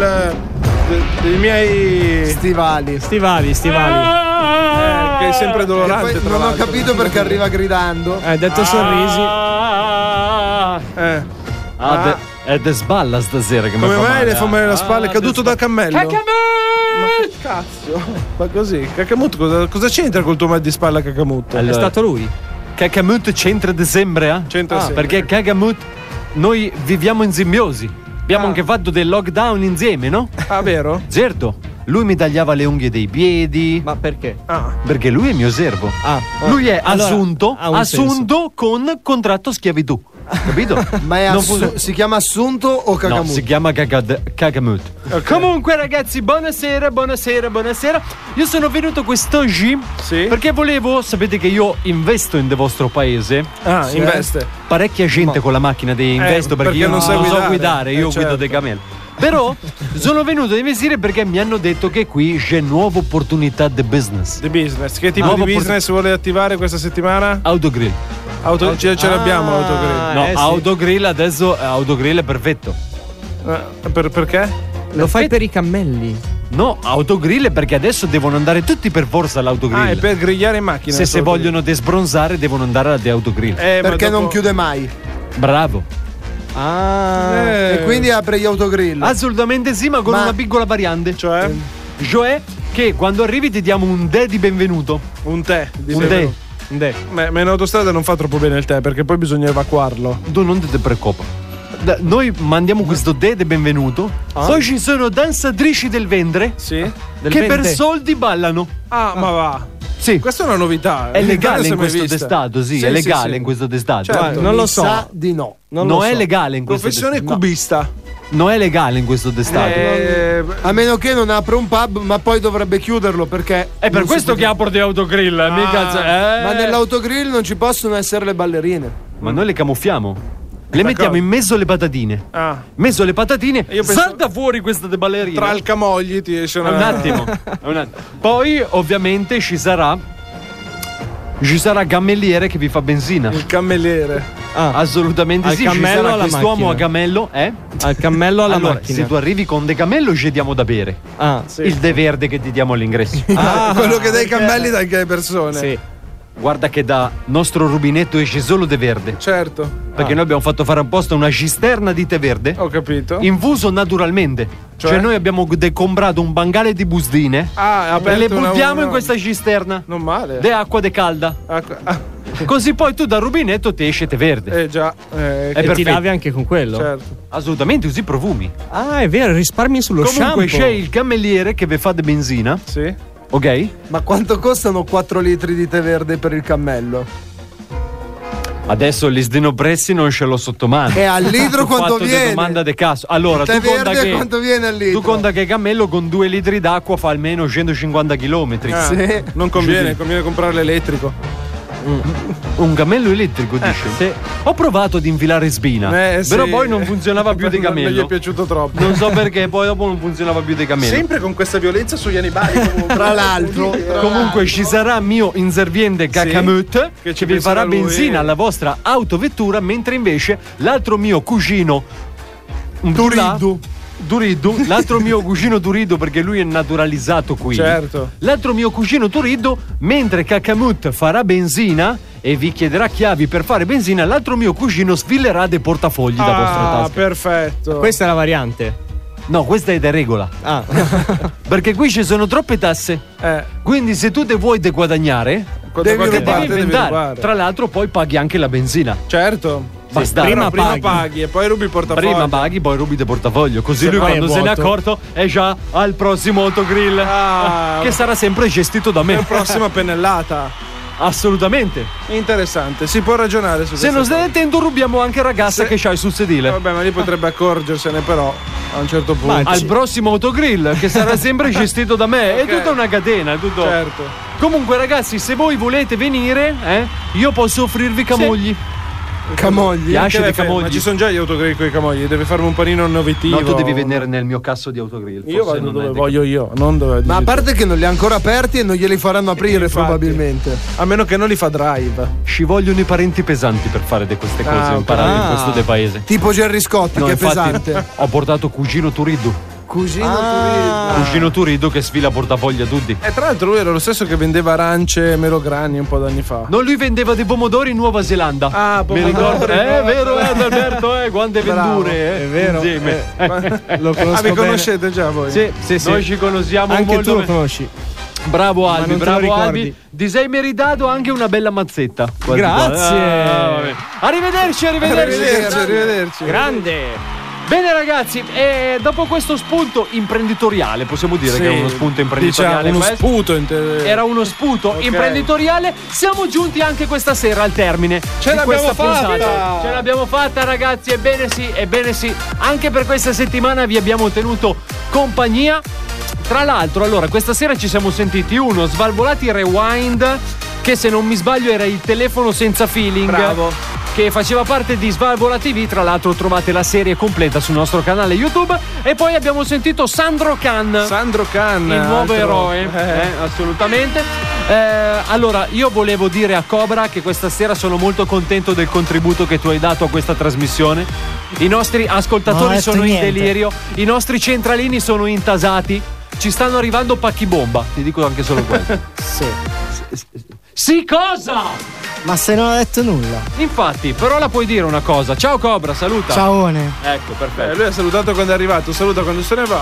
de- dei miei
stivali.
Stivali, stivali.
Ah!
Eh, che è sempre dolorante.
E poi
tra
non ho
l'altro.
capito perché arriva gridando.
Ah.
Eh, detto sorrisi.
Eh.
Ah, de- è de sballa stasera che mi
Come
fa
mai
male. eh. Ah,
le fa male la spalla? È caduto dal cammello.
Ma
che cazzo? Ma così, Cacamutto, cosa, cosa c'entra col tuo mal di spalla Cacamutto?
Allora, Kagamut c'entra dicembre, eh?
C'entra
Ah,
sempre.
perché Kagamut noi viviamo in simbiosi. Abbiamo anche fatto del lockdown insieme, no?
Ah, vero?
Certo. Lui mi tagliava le unghie dei piedi.
Ma perché?
Perché lui è mio servo. Lui è
Allora,
assunto,
ha un
assunto con contratto schiavitù. Capito?
Ma è
Non
assu-
funziona.
si chiama assunto o
No,
Cagamut?
si chiama Gagad- Cagamut. Comunque, ragazzi, buonasera, buonasera, buonasera. Io sono venuto quest'oggi perché volevo, sapete che io investo in del vostro paese.
Ah, investe.
Parecchia gente con la macchina di investo perché,
Eh, perché
io
non
non,
sai
so
guidare.
guidare,
Eh,
io guido
certo.
dei cammelli. Però sono venuto a investire perché mi hanno detto che qui c'è nuova opportunità di business.
Di business. Che tipo
Nuova
di business vuole attivare questa settimana?
Autogrill.
Auto- ce ce
Ah.
l'abbiamo autogrill.
No,
Eh, sì.
autogrill adesso eh, autogrill è perfetto.
Eh, per- perché?
Lo fai per i cammelli? No, autogrill è perché adesso devono andare tutti per forza all'autogrill.
Ah, è per grigliare in macchina.
se se
autogrill.
vogliono desbronzare devono andare all'autogrill.
Eh, ma
Perché
dopo-
non chiude mai.
Bravo.
Ah.
Eh.
E quindi apre gli autogrill.
Ah. Assolutamente sì, ma con
Ma-
una piccola variante. Cioè? Cioè che quando arrivi ti diamo un tè di benvenuto.
Un tè. di
un tè.
benvenuto. Ma, ma in autostrada non fa troppo bene il tè perché poi bisogna evacuarlo.
Tu non te preoccupa. Da- noi mandiamo questo tè di benvenuto. Poi ci sono danzatrici del ventre.
Ah. Del
che per
ventre.
soldi ballano.
Ah, ma va.
Sì.
Questa è una novità.
È legale in
Non l'abbiamo
questo
vista.
testato, sì, è legale in questo testato.
Certo.
Guarda,
non
mi
lo so.
sa
di no.
Non,
lo
è
so.
legale in questo
Professione
testato.
cubista.
Non è legale in questo testato.
Eh, A meno che non apra un pub, ma poi dovrebbe chiuderlo perché.
È per
non si
questo
può-
che apro di autogrill, eh,
Ah, Ma nell'autogrill non ci possono essere le ballerine.
Ma noi le camuffiamo. Le mettiamo in mezzo alle patatine.
Ah.
Mezzo alle patatine,
penso-
salta fuori questa de ballerina.
Tra il camogli ti esce una.
Un attimo, un attimo. Poi, ovviamente, ci sarà. Ci sarà cammelliere che vi fa benzina. Il
cammelliere.
Assolutamente
Ah. Al
sì.
cammello
ci sarà
alla
quest'uomo
macchina.
a cammello, eh? Al
cammello alla
allora,
macchina.
Se tu arrivi con De Cammello, ci diamo da bere.
Ah,
Il de verde che ti diamo all'ingresso.
Ah, quello che dai cammelli dai anche alle persone.
Eh. Sì. Guarda che da nostro rubinetto esce solo de verde.
Certo.
Ah.
Perché noi abbiamo fatto fare apposta una cisterna di tè verde.
Ho capito.
Infuso naturalmente. Cioè,
Cioè?
noi abbiamo de- comprato un bangale di busdine.
Ah, è
e
aperto
le
una-
buttiamo
una-
in questa cisterna.
Non male. Ah,
De acqua de calda. Così poi tu dal rubinetto ti esce te verde.
Eh già. Eh,
E ti lavi anche con quello?
Certo.
Assolutamente usi profumi.
Ah, è vero, risparmi sullo
Comunque
shampoo.
c'è il cammelliere che vi fa de benzina.
Sì.
Ok?
Ma quanto costano 4 litri di tè verde per il cammello?
Adesso l'isdinopressi non ce l'ho sotto mano.
Eh,
E al litro
Ho
quanto
fatto de
viene?
domanda de caso. Allora,
il tè
tu conta
verde
che
quanto viene al litro?
Tu conta che Cammello con due litri d'acqua fa almeno 150 km.
Ah, Non conviene, conviene comprare l'elettrico.
Un cammello elettrico, dice. Ho provato ad infilare sbina,
Eh, sì.
però poi non funzionava più di
Non- Non gli
cammello.
è piaciuto troppo.
Non so perché, poi dopo non funzionava più di cammello.
Sempre con questa violenza sugli animali. comunque.
Tra l'altro,
Comunque ci sarà mio inserviente Gakamut che,
ci
vi
penserà
farà
lui.
benzina alla vostra autovettura, mentre invece l'altro mio cugino Durido. Durido, l'altro mio cugino Durido perché lui è naturalizzato qui.
Certo.
L'altro mio cugino Durido, mentre Kakamut farà benzina e vi chiederà chiavi per fare benzina, l'altro mio cugino sfilerà dei portafogli da vostra
Ah,
tasca.
perfetto.
è la variante. No, questa è da regola.
Ah.
Perché qui ci sono troppe tasse. Quindi se tu te vuoi deguadagnare,
Quando
devi,
qualche
che devi
parte devi
inventare.
rubare.
Tra l'altro poi paghi anche la benzina.
Certo.
Basta.
prima, prima paghi. e poi rubi il portafoglio.
Prima paghi, poi rubi il portafoglio. Così
Se
lui
poi è
quando se n'è
vuoto.
accorto è già al prossimo autogrill.
Ah.
che sarà sempre gestito da me.
Per prossima pennellata.
Assolutamente.
Interessante, si può ragionare su
Se non
questa
stai attento rubiamo anche il ragazzo che c'hai sul sedile.
cosa. Vabbè, ma lì potrebbe accorgersene però a un certo punto.
al prossimo autogrill che sarà sempre gestito da me.
Ok.
È tutta una catena. è Tutto...
Certo.
Comunque, ragazzi, se voi volete venire, eh, io posso offrirvi camogli.
Camogli.
Piace
Anche
dei
le ferme,
camogli.
Ma ci sono già gli autogrill con i camogli, deve farmi un panino innovativo.
No, tu devi venire nel mio cazzo di autogrill.
Io
forse
vado
non è
dove
di-
voglio io, non dove
Ma a
dici
parte che non li ha ancora aperti e non glieli faranno aprire
infatti.
probabilmente.
tu. A meno che non li fa drive.
Ci vogliono i parenti pesanti per fare di queste cose,
Ah, ok.
imparare
Ah.
in questo de paese.
Tipo Gerry Scotti
No,
che è
infatti,
pesante.
Ho portato cugino Turiddu. Ah.
Cugino
Cugino Turiddu che sfila portafogli a tutti.
E tra l'altro lui era lo stesso che vendeva arance e melograni un po' d'anni fa.
No, lui vendeva dei pomodori in Nuova Zelanda. Ah, Mi
pomodori,
ricordo. Eh, è
bravo.
vero, eh, Alberto, eh, quante
Bravo,
vendure. Eh,
è vero.
Insieme.
Lo conosco Ah, vi bene. conoscete già voi?
Sì, sì,
Sì,
sì.
sì.
Noi ci conosciamo
Anche
molto
tu lo
bene.
conosci.
Bravo
Ma
Albi,
non te lo
bravo
ricordi.
Albi. Ti sei meritato anche una bella mazzetta. Quasi
Grazie.
qua. Ah, vabbè. arrivederci, arrivederci.
Arrivederci, arrivederci.
Grande.
Bene ragazzi, eh, dopo questo spunto imprenditoriale, possiamo dire
Sì,
che è uno spunto imprenditoriale.
diciamo, uno
questo?
sputo inter-
Era uno sputo imprenditoriale. Siamo giunti anche questa sera al termine.
Ce
di
l'abbiamo
questa
fatta!
puntata. Ce l'abbiamo fatta ragazzi, ebbene sì, ebbene sì. Anche per questa settimana vi abbiamo tenuto compagnia. Tra l'altro, allora, questa sera ci siamo sentiti uno Svalvolati Rewind, che se non mi sbaglio era il telefono senza feeling.
Bravo.
Che faceva parte di Svalvola TV, tra l'altro trovate la serie completa sul nostro canale YouTube. E poi abbiamo sentito Sandro Khan.
Sandro Khan,
il nuovo
altro-
eroe. eh, assolutamente. Eh, allora, io volevo dire a Cobra che questa sera sono molto contento del contributo che tu hai dato a questa trasmissione. I nostri
Non ho
ascoltatori
detto
sono
eh, niente.
in delirio, i nostri centralini sono intasati. Ci stanno arrivando pacchi bomba, ti dico anche solo questo.
sì.
Sì, cosa?
Ma se non ha detto nulla.
Infatti, però la puoi dire una cosa. Ciao Cobra, saluta.
Ciaone.
Ecco, perfetto.
Eh, lui ha salutato quando è arrivato, saluta quando se ne va.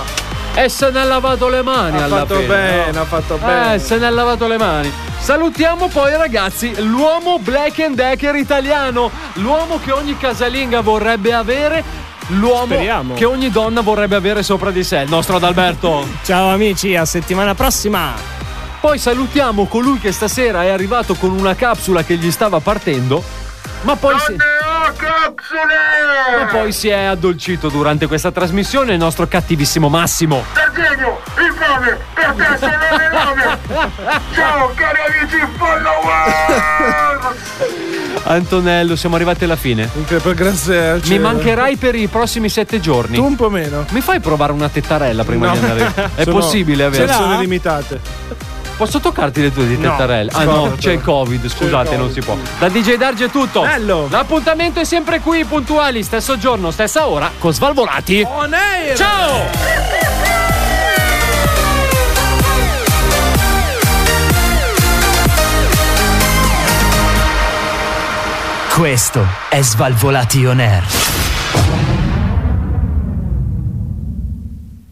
E se ne ha lavato le mani
Ha
alla
fatto
fine,
bene,
no?
ha fatto
Eh,
bene.
se ne ha lavato le mani. Salutiamo poi ragazzi l'uomo black and decker italiano, l'uomo che ogni casalinga vorrebbe avere, l'uomo
Speriamo.
che ogni donna vorrebbe avere sopra di sé, il nostro Adalberto.
Ciao amici, a settimana prossima.
Poi salutiamo colui che stasera è arrivato con una capsula che gli stava partendo, ma poi si... Ma poi si è addolcito durante questa trasmissione il nostro cattivissimo Massimo.
Sergenio, infame, per te sono le lame. Ciao cari amici followers.
Antonello, siamo arrivati alla fine.
Per grazie.
Mi mancherai per i prossimi sette giorni.
Tu un po' meno.
Mi fai provare una tettarella prima
No.
di andare? È
Sono-
possibile
ce
averla?
l'ha? Sono limitate.
Posso toccarti le tue di
No.
tettarella? ah no,
Scordatelo.
c'è il Covid, scusate,
Covid,
non si può. Da DJ Darge è tutto. Bello. L'appuntamento è sempre qui, puntuali, stesso giorno, stessa ora, con Svalvolati. Ciao!
Questo è Svalvolati On Air.